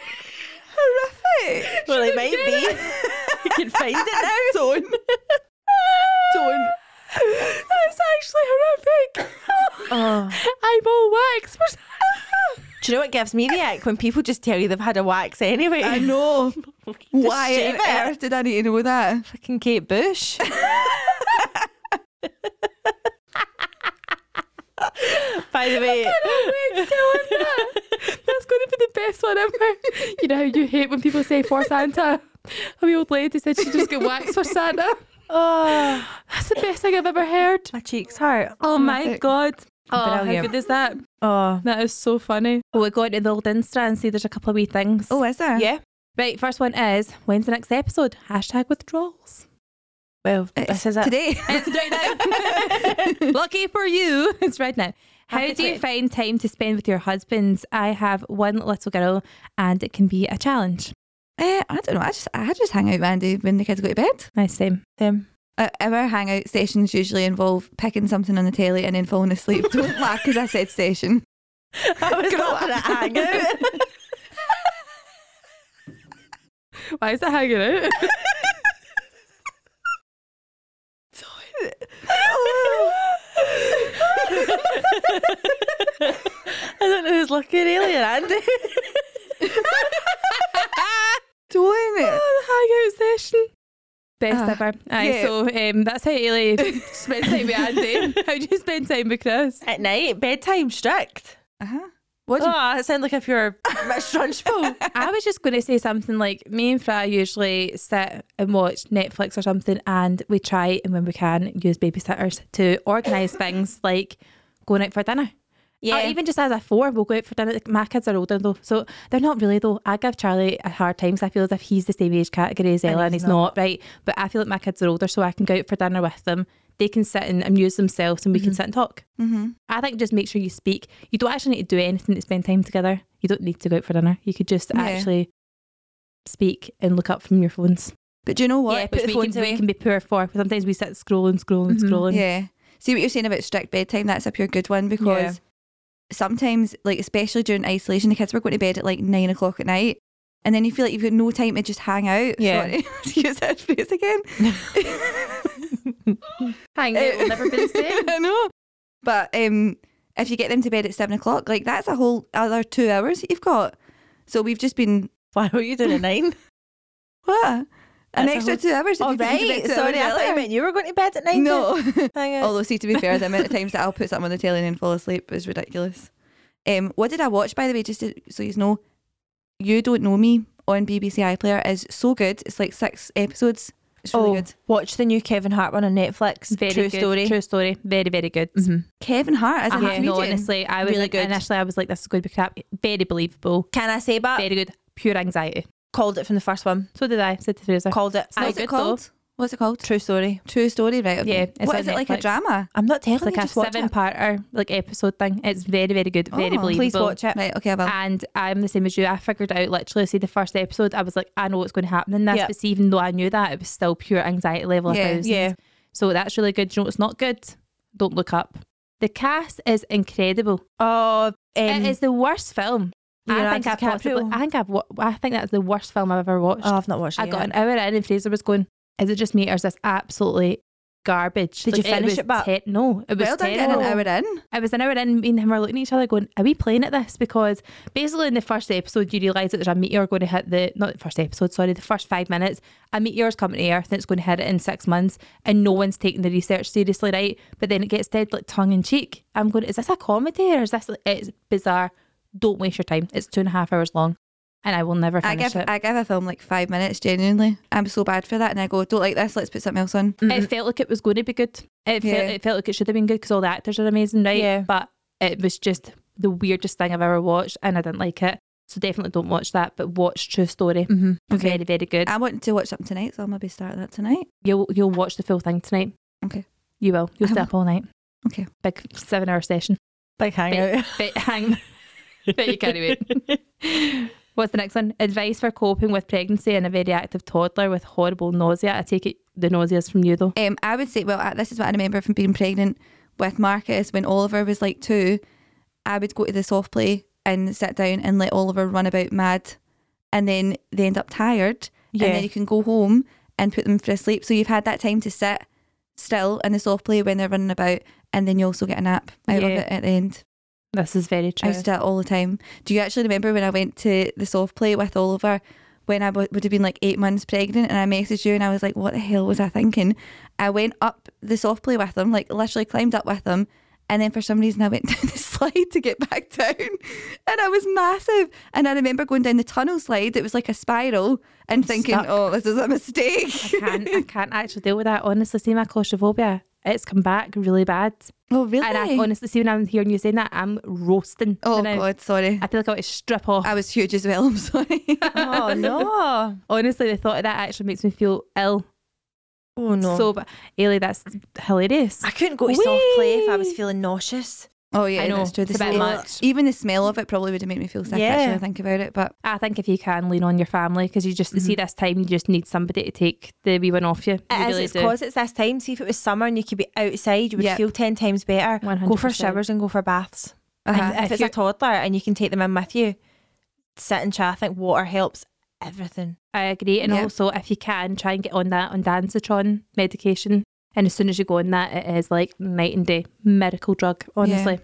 Speaker 5: Horrific.
Speaker 3: well, it might be. you can find it now.
Speaker 5: Don't. Don't.
Speaker 4: That's actually horrific.
Speaker 3: Oh.
Speaker 4: I'm all waxed for Santa.
Speaker 3: Do you know what gives me the ick when people just tell you they've had a wax anyway?
Speaker 5: I know. Why
Speaker 3: shave
Speaker 5: on
Speaker 3: it.
Speaker 5: earth did I need to know that?
Speaker 3: Fucking Kate Bush. By the way,
Speaker 4: That's going to be the best one ever. You know how you hate when people say for Santa? A wee old lady said she just got waxed for Santa.
Speaker 3: oh,
Speaker 4: That's the best thing I've ever heard.
Speaker 3: my cheeks hurt.
Speaker 4: Oh my
Speaker 5: Perfect.
Speaker 4: god. Oh, how
Speaker 3: Brilliant.
Speaker 4: good is that?
Speaker 3: Oh,
Speaker 4: That is so funny. Well, Oh, we go into the old Insta and see there's a couple of wee things.
Speaker 5: Oh, is there?
Speaker 3: yeah.
Speaker 4: Right, first one is when's the next episode? Hashtag withdrawals.
Speaker 3: Well,
Speaker 5: It's
Speaker 3: this is it.
Speaker 5: Today.
Speaker 4: It's right now. Lucky for you, it's right now. How
Speaker 3: Happy
Speaker 4: do you
Speaker 3: quit.
Speaker 4: find time to spend with your husbands? I have one little girl and it can be a challenge.
Speaker 5: Uh, I don't know. I just I just hang out with Andy when the kids go to bed.
Speaker 4: Nice same.
Speaker 3: Them.
Speaker 5: Uh, our hangout sessions usually involve picking something on the telly and then falling asleep. Don't laugh because I said station.
Speaker 3: I was laughing at hangout.
Speaker 4: Why is that hanging out?
Speaker 3: I don't know who's lucky, really, or Andy.
Speaker 5: Doing it.
Speaker 4: Oh, hangout session. Best
Speaker 5: Ah,
Speaker 4: ever. Aye,
Speaker 5: yeah.
Speaker 4: so um, that's how Ailey spends time with Andy. How do you spend time with Chris?
Speaker 3: At night, bedtime strict.
Speaker 5: Uh-huh. What do you
Speaker 3: Oh, it sounds like if you're Miss Trunchbull.
Speaker 4: I was just going to say something like me and Fra usually sit and watch Netflix or something, and we try and when we can use babysitters to organise things like going out for dinner. Or even just as a four, we'll go out for dinner. Like, My kids are older though, so they're not really though. I give Charlie a hard time 'cause I feel as if he's the same age category as Ella, and he's, not. right. But I feel like my kids are older, so I can go out for dinner with them. They can sit and amuse themselves, and we can sit and talk. Mm-hmm. I think just make sure you speak. You don't actually need to do anything to spend time together. You don't need to go out for dinner. You could just
Speaker 5: Yeah.
Speaker 4: actually speak and look up from your phones,
Speaker 5: But do you know what?
Speaker 3: Yeah, put
Speaker 4: which
Speaker 3: the
Speaker 4: we
Speaker 3: phones
Speaker 4: can, we
Speaker 3: away. Mm-hmm.
Speaker 4: can be poor for. Sometimes we sit scrolling, scrolling, scrolling.
Speaker 5: Yeah. See what you're saying about strict bedtime. That's a pure good one because sometimes, like especially during isolation, the kids were going to bed at like nine o'clock at night, and then you feel like you've got no time to just hang out.
Speaker 3: Yeah.
Speaker 5: Sorry to use that phrase again.
Speaker 4: Hang out will never be the same.
Speaker 5: Eh, I know. But um, if you get them to bed at seven o'clock, like that's a whole other two hours that you've got. So we've just been
Speaker 3: Why were you doing at nine?
Speaker 5: what an
Speaker 3: That's a
Speaker 5: extra
Speaker 3: whole-
Speaker 5: two hours. if
Speaker 3: Oh,
Speaker 5: you've got them to bed
Speaker 3: right.
Speaker 5: two
Speaker 3: Sorry, I
Speaker 5: hours
Speaker 3: thought you
Speaker 5: earlier.
Speaker 3: meant you were going to bed at nine. too.
Speaker 5: No.
Speaker 3: Hang out.
Speaker 5: Although, see, to be fair, the amount of times that I'll put something on the telly and then fall asleep is ridiculous. Um, what did I watch, by the way, just to, so you know? You Don't Know Me on BBC iPlayer is so good. It's like six episodes. It's really
Speaker 3: oh,
Speaker 5: good.
Speaker 3: watch the new Kevin Hart one on Netflix.
Speaker 4: Very
Speaker 3: True
Speaker 4: good.
Speaker 3: story. Mm-hmm.
Speaker 4: True story. Very, very good.
Speaker 5: Kevin Hart as a
Speaker 4: I have
Speaker 5: comedian.
Speaker 4: no, honestly, I was
Speaker 3: Uh-huh. Really
Speaker 4: like,
Speaker 3: good.
Speaker 4: initially I was like, this is going to be crap. Very believable.
Speaker 3: Can I say that?
Speaker 4: Very good. Pure anxiety.
Speaker 3: Called it from the first one.
Speaker 4: So did I. Said to Fraser.
Speaker 3: Called it.
Speaker 4: not
Speaker 3: I-
Speaker 5: What's it
Speaker 4: good,
Speaker 5: called? What's it called?
Speaker 3: True story.
Speaker 5: True story, right? okay.
Speaker 4: Yeah, it's
Speaker 5: What
Speaker 4: on
Speaker 5: is it like? A
Speaker 4: Netflix.
Speaker 5: drama?
Speaker 3: I'm not telling
Speaker 4: It's like
Speaker 3: you.
Speaker 4: a
Speaker 3: Just watch it.
Speaker 4: seven-parter like episode thing. It's very, very good. Very
Speaker 5: Oh,
Speaker 4: believable.
Speaker 3: Please watch it.
Speaker 5: Right. Okay. I will.
Speaker 4: And I'm the same as you. I figured out literally. See the first episode, I was like, I know what's going to happen in this.
Speaker 3: Yeah.
Speaker 4: But see, even though I knew that, it was still pure anxiety level. a
Speaker 5: Yeah,
Speaker 4: thousand.
Speaker 3: Yeah.
Speaker 4: So that's really good. Do you know what's not good? Don't look up. The cast is incredible.
Speaker 3: Oh, um,
Speaker 4: it is the worst film. I think,
Speaker 3: Leonardo
Speaker 4: I've possibly,
Speaker 3: DiCaprio.
Speaker 4: I think I've. wa- I think that's the worst film I've ever watched.
Speaker 3: Oh, I've not watched it.
Speaker 4: I got
Speaker 3: yet.
Speaker 4: an hour in, and Fraser was going, "Is it just me, or is this absolutely garbage?"
Speaker 3: Did you finish
Speaker 4: was
Speaker 3: it, Bat?
Speaker 4: te- no, it was
Speaker 5: well done getting
Speaker 4: terrible.
Speaker 5: an hour in.
Speaker 4: It was an hour in. Me and him were looking at each other, going, "Are we playing at this?" Because basically, in the first episode, you realise that there's a meteor going to hit the not the first episode, sorry, the first five minutes. A meteor's coming to Earth, and it's going to hit it in six months, and no one's taking the research seriously, right? But then it gets dead like tongue in cheek. I'm going, "Is this a comedy or is this?" It's bizarre. Don't waste your time. It's two and a half hours long, and I will never
Speaker 5: I
Speaker 4: finish
Speaker 5: give
Speaker 4: it.
Speaker 5: I give a film like five minutes. Genuinely, I'm so bad for that, and I go, don't like this. Let's put something else on.
Speaker 4: It felt like it was going to be good. It
Speaker 5: Mm-hmm. Yeah.
Speaker 4: felt it felt like it should have been good because all the actors are amazing, right?
Speaker 3: Yeah.
Speaker 4: But it was just the weirdest thing I've ever watched, and I didn't like it. So definitely don't watch that, but watch True Story.
Speaker 3: Mhm.
Speaker 5: Mm-hmm. Okay.
Speaker 4: Very very good.
Speaker 5: I want to watch something tonight, so I'll maybe start that tonight.
Speaker 4: You'll you'll watch the full thing tonight.
Speaker 5: Okay.
Speaker 4: You will. You'll
Speaker 5: I
Speaker 4: stay
Speaker 5: will.
Speaker 4: up all night.
Speaker 5: Okay.
Speaker 4: Big seven hour session.
Speaker 3: big hangout.
Speaker 4: Bet, bet, hang. bet you can't wait. What's the next one? Advice for coping with pregnancy in a very active toddler with horrible nausea. I take it the nausea's from you though.
Speaker 5: Um, I would say, well, I- this is what I remember from being pregnant with Marcus when Oliver was like two. I would go to the soft play and sit down and let Oliver run about mad, and then they end up tired, and
Speaker 4: Yeah.
Speaker 5: then you can go home and put them for a sleep. So you've had that time to sit still in the soft play when they're running about, and then you also get a nap out of
Speaker 4: Yeah.
Speaker 5: it at the end.
Speaker 4: This is very
Speaker 5: I
Speaker 4: true.
Speaker 5: used to do that all the time. Do you actually remember when I went to the soft play with Oliver when I w- would have been like eight months pregnant and I messaged you and I was like, what the hell was I thinking? I went up the soft play with him, like literally climbed up with him. And then for some reason, I went down the slide to get back down and I was massive. And I remember going down the tunnel slide, it was like a spiral, and thinking,
Speaker 4: Stuck.
Speaker 5: oh, this is a mistake.
Speaker 4: I can't I can't actually deal with that. Honestly, see my claustrophobia. It's come back really bad.
Speaker 5: oh, really?
Speaker 4: And I honestly see when I'm hearing you saying that, I'm roasting.
Speaker 5: oh,
Speaker 4: now.
Speaker 5: God, sorry.
Speaker 4: I feel like I want to strip off.
Speaker 5: I was huge as well. I'm sorry.
Speaker 3: Oh no!
Speaker 4: honestly, the thought of that actually makes me feel ill.
Speaker 3: Oh no!
Speaker 4: So, but Ailey, that's hilarious.
Speaker 3: I couldn't go to soft play if I was
Speaker 4: Whee!
Speaker 3: feeling nauseous.
Speaker 5: Oh yeah,
Speaker 4: I know,
Speaker 5: that's true. The
Speaker 4: it's a bit
Speaker 5: smell-
Speaker 4: much.
Speaker 5: Even the smell of it probably would have made me feel sick. Actually,
Speaker 3: Yeah.
Speaker 5: when I think about it, but
Speaker 4: I think if you can lean on your family because you just see this time you just need somebody to take the wee one off you.
Speaker 3: Mm-hmm. It
Speaker 4: you
Speaker 3: is.
Speaker 4: really
Speaker 3: it's
Speaker 4: do.
Speaker 3: because it's this time. See if it was summer and you could be outside, you would
Speaker 5: Yep.
Speaker 3: feel ten times better. Go for
Speaker 4: 100%.
Speaker 3: showers and go for baths. And
Speaker 5: uh-huh.
Speaker 3: if it's a toddler and you can take them in with you, sit and chat. I think water helps everything.
Speaker 4: I agree. And
Speaker 5: Yeah.
Speaker 4: also, if you can, try and get on that on Danzatron medication. And as soon as you go on that, it is like night and day miracle drug, honestly.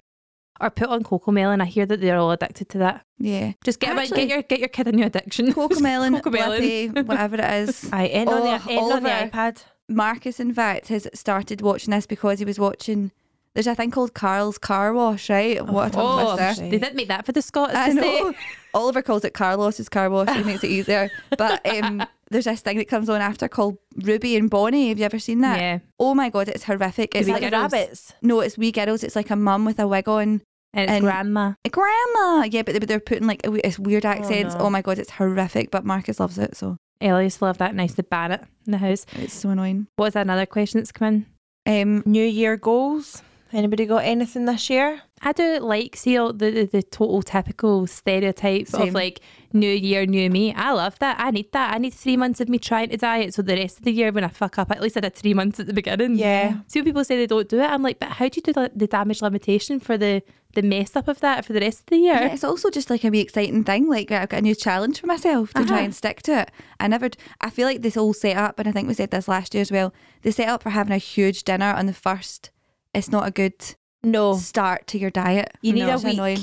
Speaker 4: Or put on cocomelon. I hear that they're all addicted to that.
Speaker 5: yeah,
Speaker 4: Just get about,
Speaker 5: Actually-
Speaker 4: get your get your kid a new addiction.
Speaker 5: cocomelon,
Speaker 4: Cocomelon.
Speaker 5: latte, whatever it is.
Speaker 3: I end on
Speaker 5: Oh,
Speaker 3: the end on the
Speaker 5: Oliver.
Speaker 3: iPad.
Speaker 5: Marcus, in fact, has started watching this because he was watching. There's a thing called Carl's Car Wash, right? What a tongue
Speaker 4: Oh,
Speaker 5: twister.
Speaker 4: they did make that for the Scots.
Speaker 5: I
Speaker 4: to say.
Speaker 5: know. Oliver calls it Carlos's car wash. He makes it easier. But um, there's this thing that comes on after called Ruby and Bonnie. Have you ever seen that?
Speaker 4: Yeah.
Speaker 5: Oh my god, it's horrific. It's
Speaker 3: Is that
Speaker 5: like
Speaker 3: the
Speaker 4: girls.
Speaker 3: rabbits?
Speaker 5: no, it's wee girls. It's like a mum with a wig on
Speaker 4: And it's
Speaker 5: And-
Speaker 4: grandma.
Speaker 5: grandma. Yeah, but they- but they're putting like a wee- it's weird accents. Oh,
Speaker 3: no.
Speaker 5: my god, it's horrific. But Marcus loves it, so
Speaker 4: Ellie used to love that nice to ban it in the house.
Speaker 5: it's so annoying.
Speaker 4: What's another question that's come in?
Speaker 5: Um,
Speaker 3: New Year goals. Anybody got anything this year?
Speaker 4: I do like see all the, the, the total typical stereotype
Speaker 5: Same.
Speaker 4: of like new year, new me. I love that. I need that. I need three months of me trying to diet so the rest of the year when I fuck up, at least I did three months at the beginning.
Speaker 3: Yeah.
Speaker 4: See when people say they don't do it, I'm like, but how do you do the, the damage limitation for the the mess up of that for the rest of the year?
Speaker 5: yeah, it's also just like a wee exciting thing. Like I've got a new challenge for myself to try
Speaker 4: Uh-huh.
Speaker 5: and stick to it. I never. d- I feel like this all set up, and I think we said this last year as well. They set up for having a huge dinner on the first. It's not a good
Speaker 3: No.
Speaker 5: start to your diet.
Speaker 3: Oh. You need
Speaker 5: No.
Speaker 3: a
Speaker 5: It's
Speaker 3: week.
Speaker 5: annoying.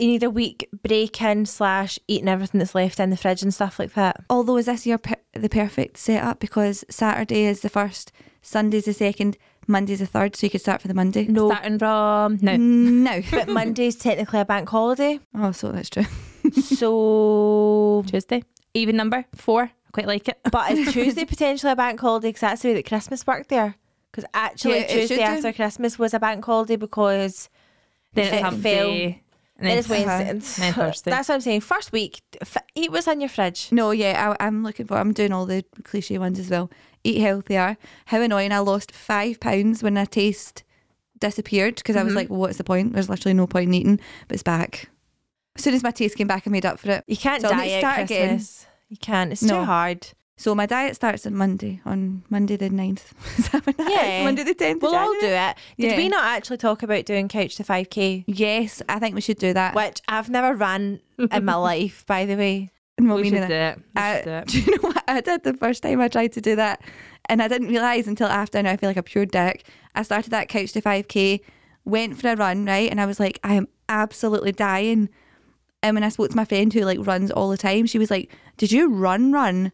Speaker 3: You need a week break in slash eating everything that's left in the fridge and stuff like that.
Speaker 5: Although is this year per- the perfect setup because Saturday is the first, Sunday's the second, Monday's the third, so you could start for the Monday.
Speaker 3: No.
Speaker 4: Starting from no.
Speaker 3: Mm.
Speaker 5: No.
Speaker 3: But Monday's technically a bank holiday,
Speaker 5: oh, so that's true.
Speaker 3: so.
Speaker 4: Tuesday. Even number four. I quite like it.
Speaker 3: But is Tuesday potentially a bank holiday? Because that's the way that Christmas worked there. Because actually,
Speaker 5: Yeah, it should
Speaker 3: Tuesday
Speaker 5: do.
Speaker 3: after Christmas was a bank holiday because
Speaker 4: Then it's
Speaker 3: It
Speaker 4: hump
Speaker 3: fell.
Speaker 4: day. And
Speaker 3: it is
Speaker 5: Wednesday.
Speaker 3: Wednesday.
Speaker 4: Then Thursday.
Speaker 3: That's what I'm saying. First week, f- eat what's in your fridge.
Speaker 5: No, yeah, I, I'm looking for. I'm doing all the cliche ones as well. Eat healthier. How annoying! I lost five pounds when a taste disappeared because I was like, "What's the point? There's literally no point in eating." But it's back. As soon as my taste came back, I made up for it.
Speaker 3: You can't
Speaker 5: So I'll need
Speaker 3: diet
Speaker 5: to start again.
Speaker 3: Christmas. You can't. It's
Speaker 5: No.
Speaker 3: too hard.
Speaker 5: So my diet starts on Monday. On Monday the 9th. is that when that is?
Speaker 3: Yeah.
Speaker 5: Monday the tenth.
Speaker 3: We'll all do it. Did
Speaker 5: Yeah.
Speaker 3: we not actually talk about doing couch to 5k?
Speaker 5: Yes, I think we should do that.
Speaker 3: Which I've never run in my life, by the way.
Speaker 5: Well,
Speaker 4: we
Speaker 5: me
Speaker 4: should
Speaker 5: neither.
Speaker 4: do it. We
Speaker 5: I-
Speaker 4: should do it.
Speaker 5: do you know what I did the first time I tried to do that? And I didn't realise until after, and I feel like a pure dick. I started that couch to 5K, went for a run, right? And I was like, I am absolutely dying. And when I spoke to my friend who like runs all the time, she was like, Did you run, run?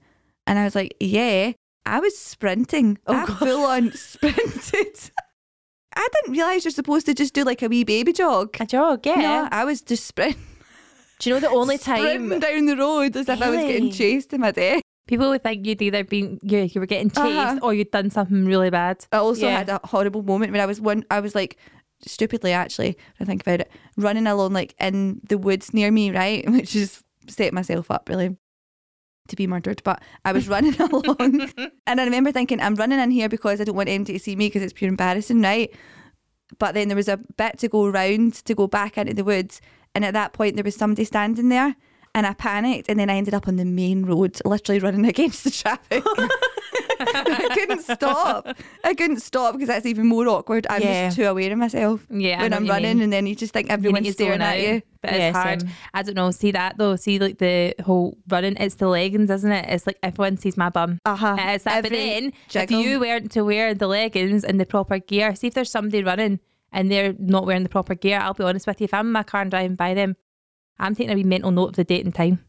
Speaker 5: And I was like, Yeah. I was sprinting.
Speaker 3: Oh,
Speaker 5: I full on sprinted. I didn't realise you're supposed to just do like a wee baby jog.
Speaker 3: A jog, yeah.
Speaker 5: No, I was just sprint,
Speaker 3: Do you know the only
Speaker 5: sprinting
Speaker 3: time?
Speaker 5: down the road as if I was getting
Speaker 3: Really?
Speaker 5: chased in my day.
Speaker 4: People would think you'd either been you, you were getting chased
Speaker 5: Uh-huh.
Speaker 4: or you'd done something really bad.
Speaker 5: I also
Speaker 3: Yeah.
Speaker 5: had a horrible moment when I was one. I was like, stupidly actually, when I think about it, running alone like in the woods near me, right, which is set myself up really to be murdered. But I was running along, and I remember thinking, I'm running in here because I don't want anybody to see me because it's pure embarrassing, right? But then there was a bit to go round to go back into the woods, and at that point there was somebody standing there. and I panicked, and then I ended up on the main road, literally running against the traffic. I couldn't stop. I couldn't stop because that's even more awkward. I'm
Speaker 3: Yeah.
Speaker 5: just too aware of myself
Speaker 4: Yeah, I
Speaker 5: when
Speaker 4: know
Speaker 5: I'm
Speaker 4: what you
Speaker 5: running,
Speaker 4: mean.
Speaker 5: and then you just think
Speaker 4: You need
Speaker 5: everyone's
Speaker 4: to
Speaker 5: staring
Speaker 4: zone
Speaker 5: at
Speaker 4: out,
Speaker 5: you.
Speaker 4: But
Speaker 3: Yeah,
Speaker 4: it's hard.
Speaker 3: same.
Speaker 4: I don't know. See that though. See like the whole running. It's the leggings, isn't it? It's like everyone sees my bum.
Speaker 5: Uh-huh.
Speaker 4: It's that. But
Speaker 5: Every
Speaker 4: then
Speaker 5: jiggle.
Speaker 4: if you weren't to wear the leggings and the proper gear, see if there's somebody running and they're not wearing the proper gear. I'll be honest with you. If I'm in my car and driving by them, I'm taking a wee mental note of the date and time.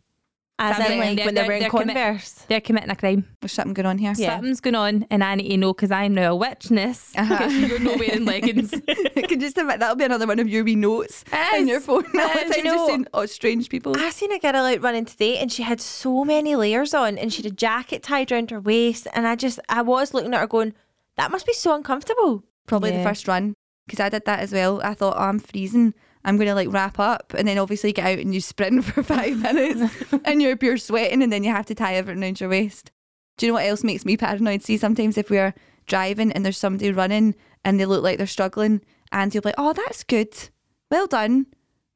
Speaker 3: As
Speaker 4: Something
Speaker 3: in, like,
Speaker 4: they're-
Speaker 3: when they're,
Speaker 4: they're-
Speaker 3: wearing
Speaker 4: they're commit-
Speaker 3: Converse.
Speaker 4: They're committing a crime.
Speaker 5: There's something going on here.
Speaker 3: Yeah.
Speaker 4: Something's going on, and I need to know because I'm now a witness.
Speaker 5: Uh-huh.
Speaker 4: Because you're not wearing leggings.
Speaker 5: I can just imagine that'll be another one of your wee notes on your phone. all the
Speaker 3: Yes,
Speaker 5: time,
Speaker 3: you
Speaker 5: just
Speaker 3: know-
Speaker 5: saying, oh, strange people.
Speaker 3: I seen a girl out running today and she had so many layers on and she had a jacket tied around her waist and I just I was looking at her going, That must be so uncomfortable.
Speaker 5: Probably the
Speaker 4: Yeah.
Speaker 5: first run because I did that as well. I thought, oh, I'm freezing. I'm going to like wrap up and then obviously get out and you sprint for five minutes and you're pure sweating and then you have to tie everything around your waist. Do you know what else makes me paranoid? See, sometimes if we're driving and there's somebody running and they look like they're struggling and you'll be like, oh, that's good. Well done.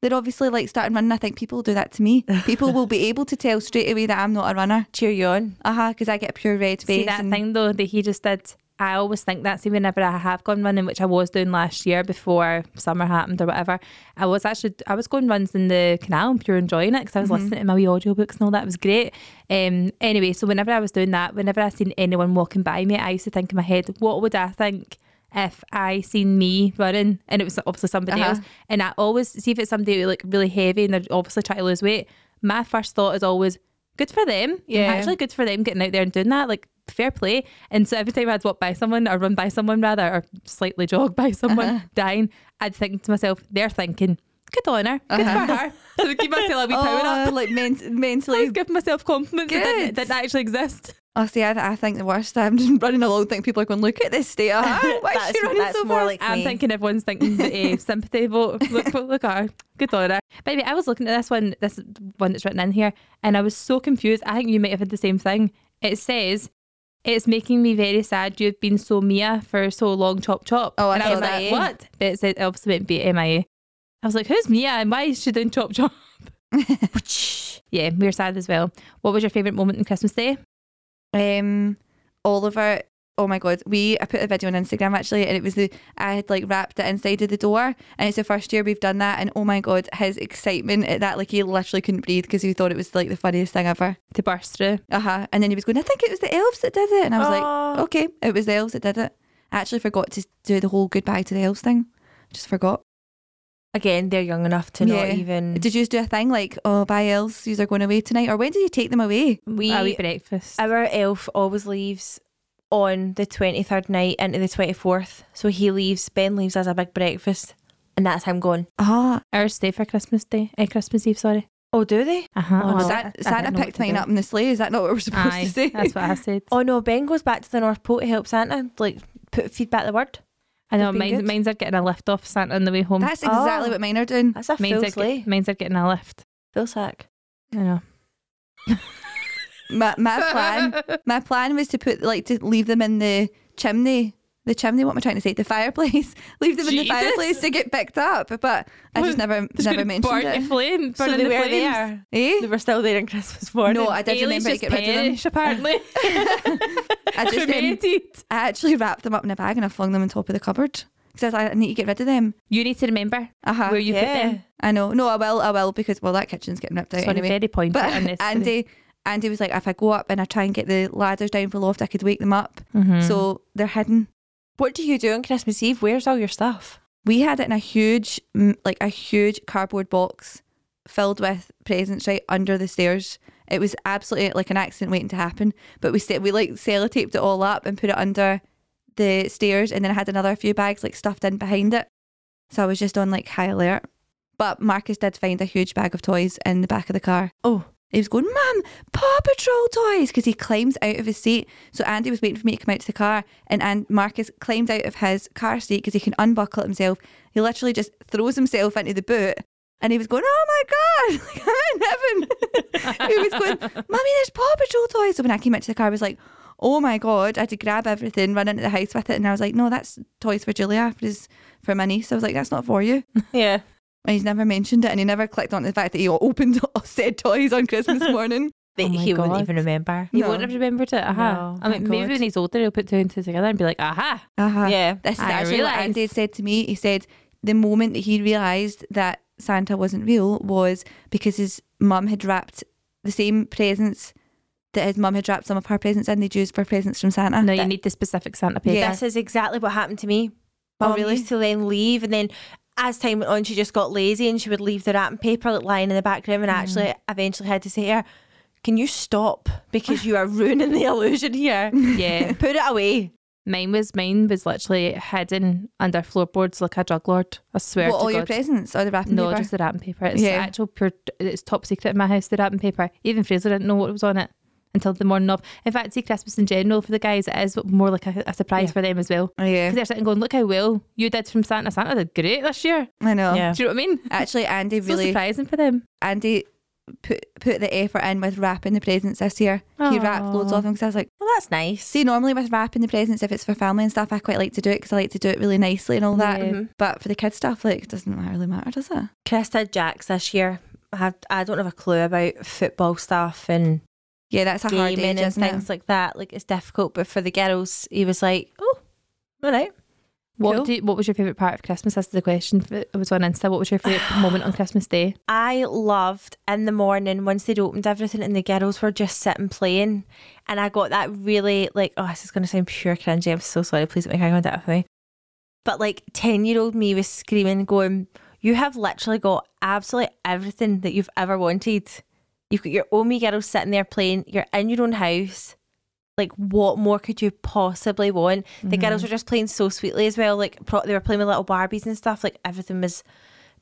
Speaker 5: They're obviously like starting running. I think people do that to me. People will be able to tell straight away that I'm not a runner.
Speaker 3: Cheer you on.
Speaker 5: Uh huh, because I get a pure red face.
Speaker 4: See that
Speaker 5: and-
Speaker 4: thing though that he just did. I always think that's see whenever I have gone running, which I was doing last year before summer happened or whatever. I was actually I was going runs in the canal and pure enjoying it because I was listening to my wee audiobooks and all that. It was great. Um. Anyway, so whenever I was doing that, whenever I seen anyone walking by me, I used to think in my head, what would I think? If I seen me running and it was obviously somebody
Speaker 5: Uh-huh.
Speaker 4: else, and I always see if it's somebody like really heavy and they're obviously trying to lose weight, my first thought is always, good for them.
Speaker 5: Yeah.
Speaker 4: Actually, good for them getting out there and doing that. Like fair play. And so every time I'd walk by someone or run by someone rather, or slightly jog by someone
Speaker 5: Uh-huh.
Speaker 4: dying, I'd think to myself, they're thinking, good on her, good for her. So to give myself a wee power
Speaker 5: Uh-huh. Oh,
Speaker 4: up.
Speaker 5: like men-
Speaker 4: I was
Speaker 5: mentally
Speaker 4: giving myself compliments that didn't,
Speaker 5: Good.
Speaker 4: didn't actually exist.
Speaker 5: Oh, see, I, th- I think the worst. I'm just running along, think people are going, look at this state. of her. Why is
Speaker 3: That's-
Speaker 5: she running
Speaker 3: that's
Speaker 5: so
Speaker 3: more
Speaker 5: fast?
Speaker 3: like-
Speaker 4: I'm
Speaker 3: me.
Speaker 4: thinking everyone's thinking the uh, sympathy vote. Look, look, look at her. Good on her. But anyway, I was looking at this one, this one that's written in here, and I was so confused. I think you might have had the same thing. It says, "It's making me very sad. You've been so Mia for so long. Chop chop."
Speaker 5: Oh, I
Speaker 4: and I
Speaker 5: saw
Speaker 4: was like,
Speaker 5: that.
Speaker 4: "What?" But it said, it obviously meant be MIA. I was like, "Who's Mia and why is she doing chop chop?" yeah, we were sad as well. What was your favourite moment in Christmas Day?
Speaker 5: Um, Oliver, oh my God. We, I put a video on Instagram actually, and it was the, I had like wrapped it inside of the door, and it's the first year we've done that. And oh my God, his excitement at that, like he literally couldn't breathe because he thought it was like the funniest thing ever.
Speaker 4: To burst through.
Speaker 5: Uh huh. And then he was going, I think it was the elves that did it. And I was
Speaker 3: Aw.
Speaker 5: like, okay, it was the elves that did it. I actually forgot to do the whole goodbye to the elves thing. Just forgot.
Speaker 3: Again, they're young enough to
Speaker 5: Yeah.
Speaker 3: not even
Speaker 5: Did you just do a thing like, oh, bye, elves, you are going away tonight? Or when did you take them away?
Speaker 3: we,
Speaker 4: a wee breakfast.
Speaker 3: our elf always leaves on the twenty third night into the twenty fourth. So he leaves, Ben leaves as a big breakfast and that's him going,
Speaker 5: Ah,
Speaker 4: Ours stay for Christmas Day, uh, Christmas Eve. Sorry.
Speaker 3: Oh, do they?
Speaker 4: Uh huh.
Speaker 3: Oh, no.
Speaker 5: was that Santa picked mine up in the sleigh? Is that not what we're supposed
Speaker 4: Aye,
Speaker 5: to say?
Speaker 4: that's what I said.
Speaker 3: Oh no, Ben goes back to the North Pole to help Santa, like put feed back the word.
Speaker 4: I know
Speaker 3: They've been
Speaker 4: mine,
Speaker 3: good.
Speaker 4: mine's are getting a lift off Santa on the way home.
Speaker 5: That's exactly
Speaker 3: Oh.
Speaker 5: what mine are doing.
Speaker 3: That's a
Speaker 4: mine's,
Speaker 3: full
Speaker 4: are,
Speaker 3: sleigh.
Speaker 4: get- mine's are getting a lift.
Speaker 3: Full sack.
Speaker 4: I know.
Speaker 5: My, my plan, my plan was to put like to leave them in the chimney, the chimney. What am I trying to say? The fireplace. leave them in the
Speaker 4: Jesus.
Speaker 5: fireplace to get picked up, but I just never,
Speaker 4: Just
Speaker 5: never
Speaker 4: gonna
Speaker 5: mentioned
Speaker 4: burn the
Speaker 5: it.
Speaker 4: flame.
Speaker 3: So
Speaker 4: burn
Speaker 3: they
Speaker 4: the
Speaker 3: were
Speaker 4: flames.
Speaker 3: there. They
Speaker 5: Eh?
Speaker 3: were still there on Christmas morning.
Speaker 5: No, I did
Speaker 4: Aileen's
Speaker 5: remember to
Speaker 4: just
Speaker 5: get rid of them.
Speaker 4: perish, apparently.
Speaker 5: I just, um,
Speaker 4: Cremated.
Speaker 5: I actually wrapped them up in a bag and I flung them on top of the cupboard because I, was like, I need to get rid of them.
Speaker 4: You need to remember
Speaker 5: Uh huh.
Speaker 4: where you
Speaker 3: yeah.
Speaker 4: put them.
Speaker 5: I know. No, I will. I will because well, that kitchen's getting ripped out
Speaker 4: Sorry,
Speaker 5: anyway.
Speaker 4: very pointed.
Speaker 5: But
Speaker 4: unnecessary.
Speaker 5: Andy, Andy was like, if I go up and I try and get the ladders down for loft, I could wake them up.
Speaker 4: Mhm.
Speaker 5: So they're hidden.
Speaker 3: What do you do on Christmas Eve? Where's all your stuff?
Speaker 5: We had it in a huge, mm, like a huge cardboard box filled with presents right under the stairs. It was absolutely like an accident waiting to happen. But we st- we like sellotaped it all up and put it under the stairs, and then I had another few bags like stuffed in behind it. So I was just on like high alert. But Marcus did find a huge bag of toys in the back of the car.
Speaker 3: Oh,
Speaker 5: He was going, Mum, Paw Patrol toys, because he climbs out of his seat. So Andy was waiting for me to come out to the car, and, and Marcus climbed out of his car seat because he can unbuckle it himself. He literally just throws himself into the boot, and he was going, Oh my God, like, I'm in heaven. he was going, Mummy, there's Paw Patrol toys. So when I came out to the car, I was like, Oh my God, I had to grab everything, run into the house with it. And I was like, No, that's toys for Julia, for, his, for my niece. I was like, That's not for you.
Speaker 3: yeah.
Speaker 5: and he's never mentioned it, and he never clicked on the fact that he opened said toys on Christmas morning.
Speaker 3: that
Speaker 4: Oh my
Speaker 3: he wouldn't
Speaker 4: God.
Speaker 3: even remember.
Speaker 4: You
Speaker 5: No.
Speaker 4: won't have remembered it. Aha.
Speaker 3: No.
Speaker 4: I mean,
Speaker 5: Thank
Speaker 4: maybe
Speaker 5: God.
Speaker 4: when he's older, he'll put two and two together and be like, aha.
Speaker 5: Uh-huh.
Speaker 3: Yeah.
Speaker 5: This is
Speaker 4: I
Speaker 5: actually what
Speaker 4: realise.
Speaker 5: Andy had said to me. He said the moment that he realised that Santa wasn't real was because his mum had wrapped the same presents that his mum had wrapped some of her presents in. They'd used for presents from Santa.
Speaker 4: No, you
Speaker 5: That-
Speaker 4: need the specific Santa paper.
Speaker 5: Yeah.
Speaker 3: This is exactly what happened to me. My
Speaker 5: Oh,
Speaker 3: mum
Speaker 5: really?
Speaker 3: used to then leave, and then as time went on, she just got lazy and she would leave the wrapping paper like, lying in the background. And I actually, eventually, had to say to her, "Can you stop? Because you are ruining the illusion here.
Speaker 4: Yeah.
Speaker 3: Put it away."
Speaker 4: mine was mine was literally hidden under floorboards like a drug lord. I swear
Speaker 5: What,
Speaker 4: to
Speaker 5: all
Speaker 4: God.
Speaker 5: your presents or the wrapping
Speaker 4: no,
Speaker 5: paper?
Speaker 4: just the wrapping paper. It's
Speaker 5: Yeah.
Speaker 4: actual pure. It's top secret in my house. The wrapping paper. Even Fraser didn't know what was on it until the morning of. In fact, see Christmas in general for the guys, it is more like a, a surprise
Speaker 3: Yeah.
Speaker 4: for them as well.
Speaker 5: Oh, yeah,
Speaker 4: Because they're sitting going, look how well you did from Santa. Santa did great this year.
Speaker 5: I know.
Speaker 3: Yeah.
Speaker 4: Do you know what I mean?
Speaker 5: Actually, Andy
Speaker 4: It's so
Speaker 5: really
Speaker 4: surprising for them.
Speaker 5: Andy put put the effort in with wrapping the presents this year. He wrapped loads
Speaker 4: Aw.
Speaker 5: of them because I was like,
Speaker 3: Well, that's nice.
Speaker 5: see, normally with wrapping the presents, if it's for family and stuff, I quite like to do it because I like to do it really nicely and all that.
Speaker 4: Yeah.
Speaker 3: um,
Speaker 5: But for the kids stuff, like, it doesn't really matter, does it?
Speaker 3: Krista Jacks this year. I had- I don't have a clue about football stuff and
Speaker 5: Yeah, that's a hard
Speaker 3: gaming
Speaker 5: age,
Speaker 3: and
Speaker 5: isn't
Speaker 3: things
Speaker 5: it?
Speaker 3: like that. Like it's difficult, but for the girls, he was like, "Oh, all right."
Speaker 4: What
Speaker 3: Cool.
Speaker 4: do, What was your favourite part of Christmas? That's the question. It was on Insta. What was your favourite moment on Christmas Day?
Speaker 3: I loved in the morning once they'd opened everything and the girls were just sitting playing. And I got that really like, oh, this is going to sound pure cringy. I'm so sorry. Please don't make eye contact with me. But like 10 year old me was screaming, going, You have literally got absolutely everything that you've ever wanted. You've got your own wee girls sitting there playing. You're in your own house. Like, what more could you possibly want? The girls were just playing so sweetly as well. Like, pro- they were playing with little Barbies and stuff. Like, everything was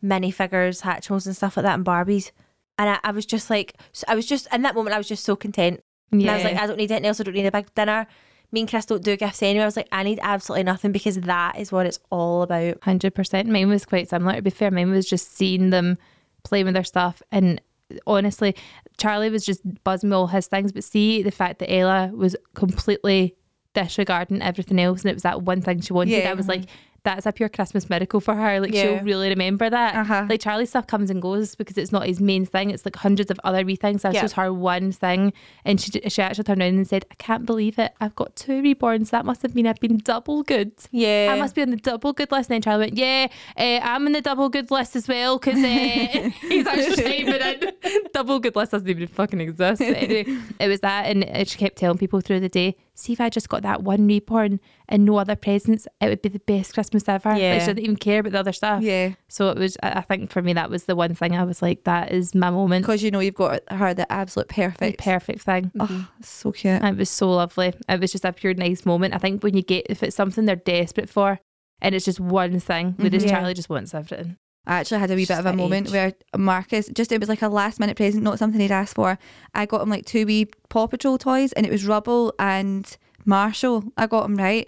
Speaker 3: minifigures, Hatchimals and stuff like that, and Barbies. And I, I was just like, so I was just in that moment, I was just so content. And I was like, I don't need anything else. I don't need a big dinner. Me and Chris don't do gifts anyway. I was like, I need absolutely nothing because that is what it's all about.
Speaker 4: Hundred percent. Mine was quite similar. To be fair, mine was just seeing them playing with their stuff, and honestly, Charlie was just buzzing with all his things. But see the fact that Ella was completely disregarding everything else, and it was that one thing she wanted.
Speaker 5: Yeah.
Speaker 4: I was like, that's a pure Christmas miracle for her. Like
Speaker 3: Yeah.
Speaker 4: she'll really remember that.
Speaker 5: Uh-huh.
Speaker 4: Like Charlie's stuff comes and goes because it's not his main thing. It's like hundreds of other wee things. That's
Speaker 3: Yeah.
Speaker 4: just her one thing. And she she actually turned around and said, "I can't believe it. I've got two reborns. That must have mean I've been double good."
Speaker 3: Yeah.
Speaker 4: I must be on the double good list. And then Charlie went, Yeah, uh, I'm on the double good list as well because uh, he's actually typing in. Double good list doesn't even fucking exist. But anyway, it was that. And uh, she kept telling people through the day, See if I just got that one reborn and no other presents, it would be the best Christmas ever. Like,
Speaker 3: Yeah.
Speaker 4: she didn't even care about the other stuff.
Speaker 5: Yeah,
Speaker 4: So it was, I I think for me, that was the one thing I was like, That is my moment.
Speaker 5: because you know you've got her the absolute
Speaker 4: The
Speaker 5: perfect.
Speaker 4: perfect thing.
Speaker 5: oh, so cute.
Speaker 4: It was so lovely. It was just a pure nice moment. I think when you get if it's something they're desperate for and it's just one thing, whereas
Speaker 5: Mhm. Yeah.
Speaker 4: Charlie just wants everything.
Speaker 5: I actually had a wee
Speaker 4: It's
Speaker 5: bit of
Speaker 4: just
Speaker 5: a
Speaker 4: that
Speaker 5: moment
Speaker 4: age.
Speaker 5: where Marcus just it was like a last minute present, not something he'd asked for. I got him like two wee Paw Patrol toys, and it was Rubble and Marshall. I got him right,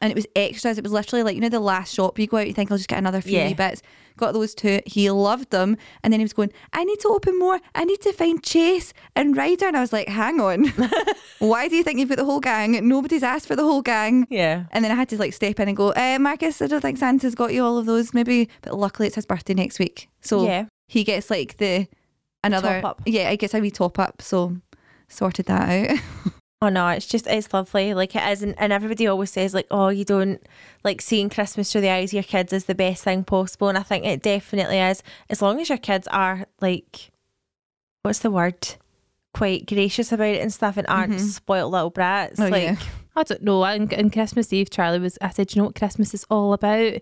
Speaker 5: and it was extras. It was literally like you know the last shop you go out, you think I'll just get another few
Speaker 3: Yeah.
Speaker 5: wee bits. Got those two. He loved them, and then he was going, "I need to open more. I need to find Chase and Ryder." And I was like, "Hang on, why do you think you've got the whole gang? Nobody's asked for the whole gang."
Speaker 3: yeah.
Speaker 5: And then I had to like step in and go, eh, Marcus, I don't think Santa's got you all of those, maybe. But luckily, it's his birthday next week, so
Speaker 3: yeah.
Speaker 5: he gets like the another
Speaker 3: Top up.
Speaker 5: Yeah, I guess a wee top up. So sorted that out.
Speaker 3: Oh no, it's just it's lovely. Like it is, and, and everybody always says like, oh, you don't like seeing Christmas through the eyes of your kids is the best thing possible, and I think it definitely is. As long as your kids are like, what's the word? Quite gracious about it and stuff, and aren't
Speaker 5: Mhm.
Speaker 3: spoiled little brats.
Speaker 5: Oh,
Speaker 3: like,
Speaker 5: yeah.
Speaker 4: I don't know. And, and Christmas Eve, Charlie was. I said, "Do you know what Christmas is all about?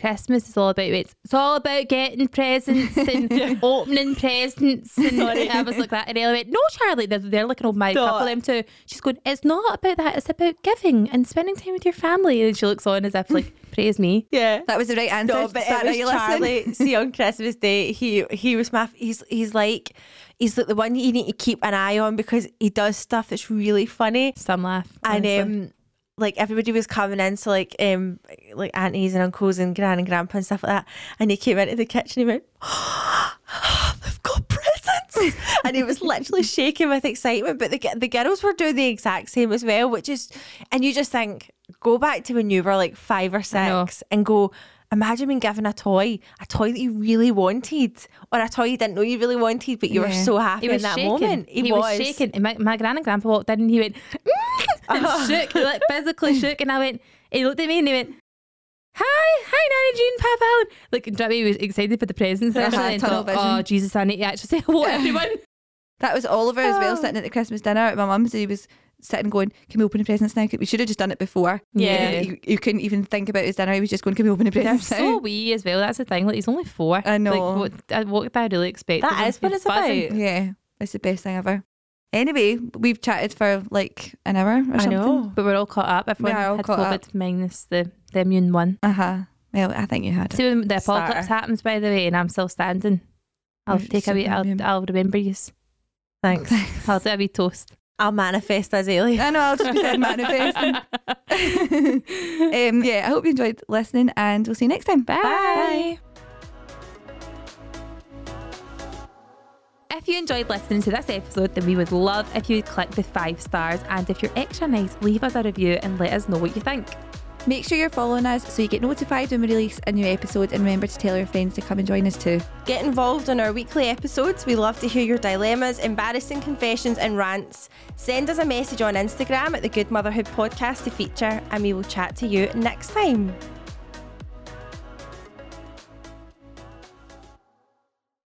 Speaker 4: Christmas is all about. It's, it's all about getting presents and opening presents." And I was like that, and Ella went, "No, Charlie, they're, they're like an old married
Speaker 3: No.
Speaker 4: couple. Them too." She's going, "It's not about that. It's about giving and spending time with your family." And she looks on as if like, "Praise me."
Speaker 3: yeah.
Speaker 5: That was the right answer.
Speaker 3: No, but
Speaker 5: Sat
Speaker 3: it was
Speaker 5: down, you listen.
Speaker 3: Charlie. See, on Christmas Day, he he was my. He's he's like he's like the one you need to keep an eye on because he does stuff that's really funny.
Speaker 4: Some laugh. honestly.
Speaker 3: and um like everybody was coming in so like um like aunties and uncles and gran and grandpa and stuff like that and he came into the kitchen he went they've got presents and he was literally shaking with excitement but the, gi- the girls were doing the exact same as well which is and you just think go back to when you were like five or
Speaker 4: know.
Speaker 3: six and go Imagine being given a toy, a toy that you really wanted, or a toy you didn't know you really wanted, but you were
Speaker 5: Yeah.
Speaker 3: so happy in that moment.
Speaker 4: He, was. shaking. And My, my gran and grandpa walked in and he went "Mm!" and shook, he, like physically shook. And I went, he looked at me and he went, Hi, hi, Nanny Jean, Papa Alan. Like, do you know what I mean? He was excited for the presents.
Speaker 5: Uh-huh,
Speaker 4: actually, and
Speaker 5: tunnel
Speaker 4: thought, oh,
Speaker 5: vision.
Speaker 4: Jesus, I need to actually say hello to everyone.
Speaker 5: That was Oliver as well,
Speaker 4: Oh.
Speaker 5: sitting at the Christmas dinner at my mum's. He was sitting going, Can we open the presents now? We should have just done it before.
Speaker 4: Yeah.
Speaker 5: You, you couldn't even think about his dinner. He was just going, Can we open the
Speaker 4: They're
Speaker 5: presents
Speaker 4: so
Speaker 5: now?
Speaker 4: wee as well. That's the thing. Like, he's only four.
Speaker 5: I know.
Speaker 4: Like, what, uh, what did I really expect?
Speaker 3: That is what it's about.
Speaker 5: Yeah. It's the best thing ever. Anyway, we've chatted for like an hour or
Speaker 3: I
Speaker 5: something.
Speaker 3: know.
Speaker 4: But we're all caught up. Everyone
Speaker 5: are all
Speaker 4: had
Speaker 5: caught
Speaker 4: COVID
Speaker 5: up.
Speaker 4: minus the, the immune one.
Speaker 5: Uh huh. Well, I think you had it.
Speaker 4: See when the apocalypse
Speaker 3: Starter.
Speaker 4: happens, by the way, and I'm still standing. I'll
Speaker 5: You're
Speaker 4: take a wee.
Speaker 5: super immune.
Speaker 4: I'll, I'll remember you.
Speaker 3: Thanks.
Speaker 4: I'll do a wee toast.
Speaker 3: I'll manifest as Ailey.
Speaker 5: I know, I'll just be saying manifesting. um, yeah, I hope you enjoyed listening and we'll see you next time.
Speaker 4: Bye. If you enjoyed listening to this episode, then we would love if you would click the five stars. And if you're extra nice, leave us a review and let us know what you think.
Speaker 5: Make sure you're following us so you get notified when we release a new episode and remember to tell your friends to come and join us too.
Speaker 3: Get involved in our weekly episodes. We love to hear your dilemmas, embarrassing confessions, and rants. Send us a message on Instagram at the Good Motherhood Podcast to feature, and we will chat to you next time.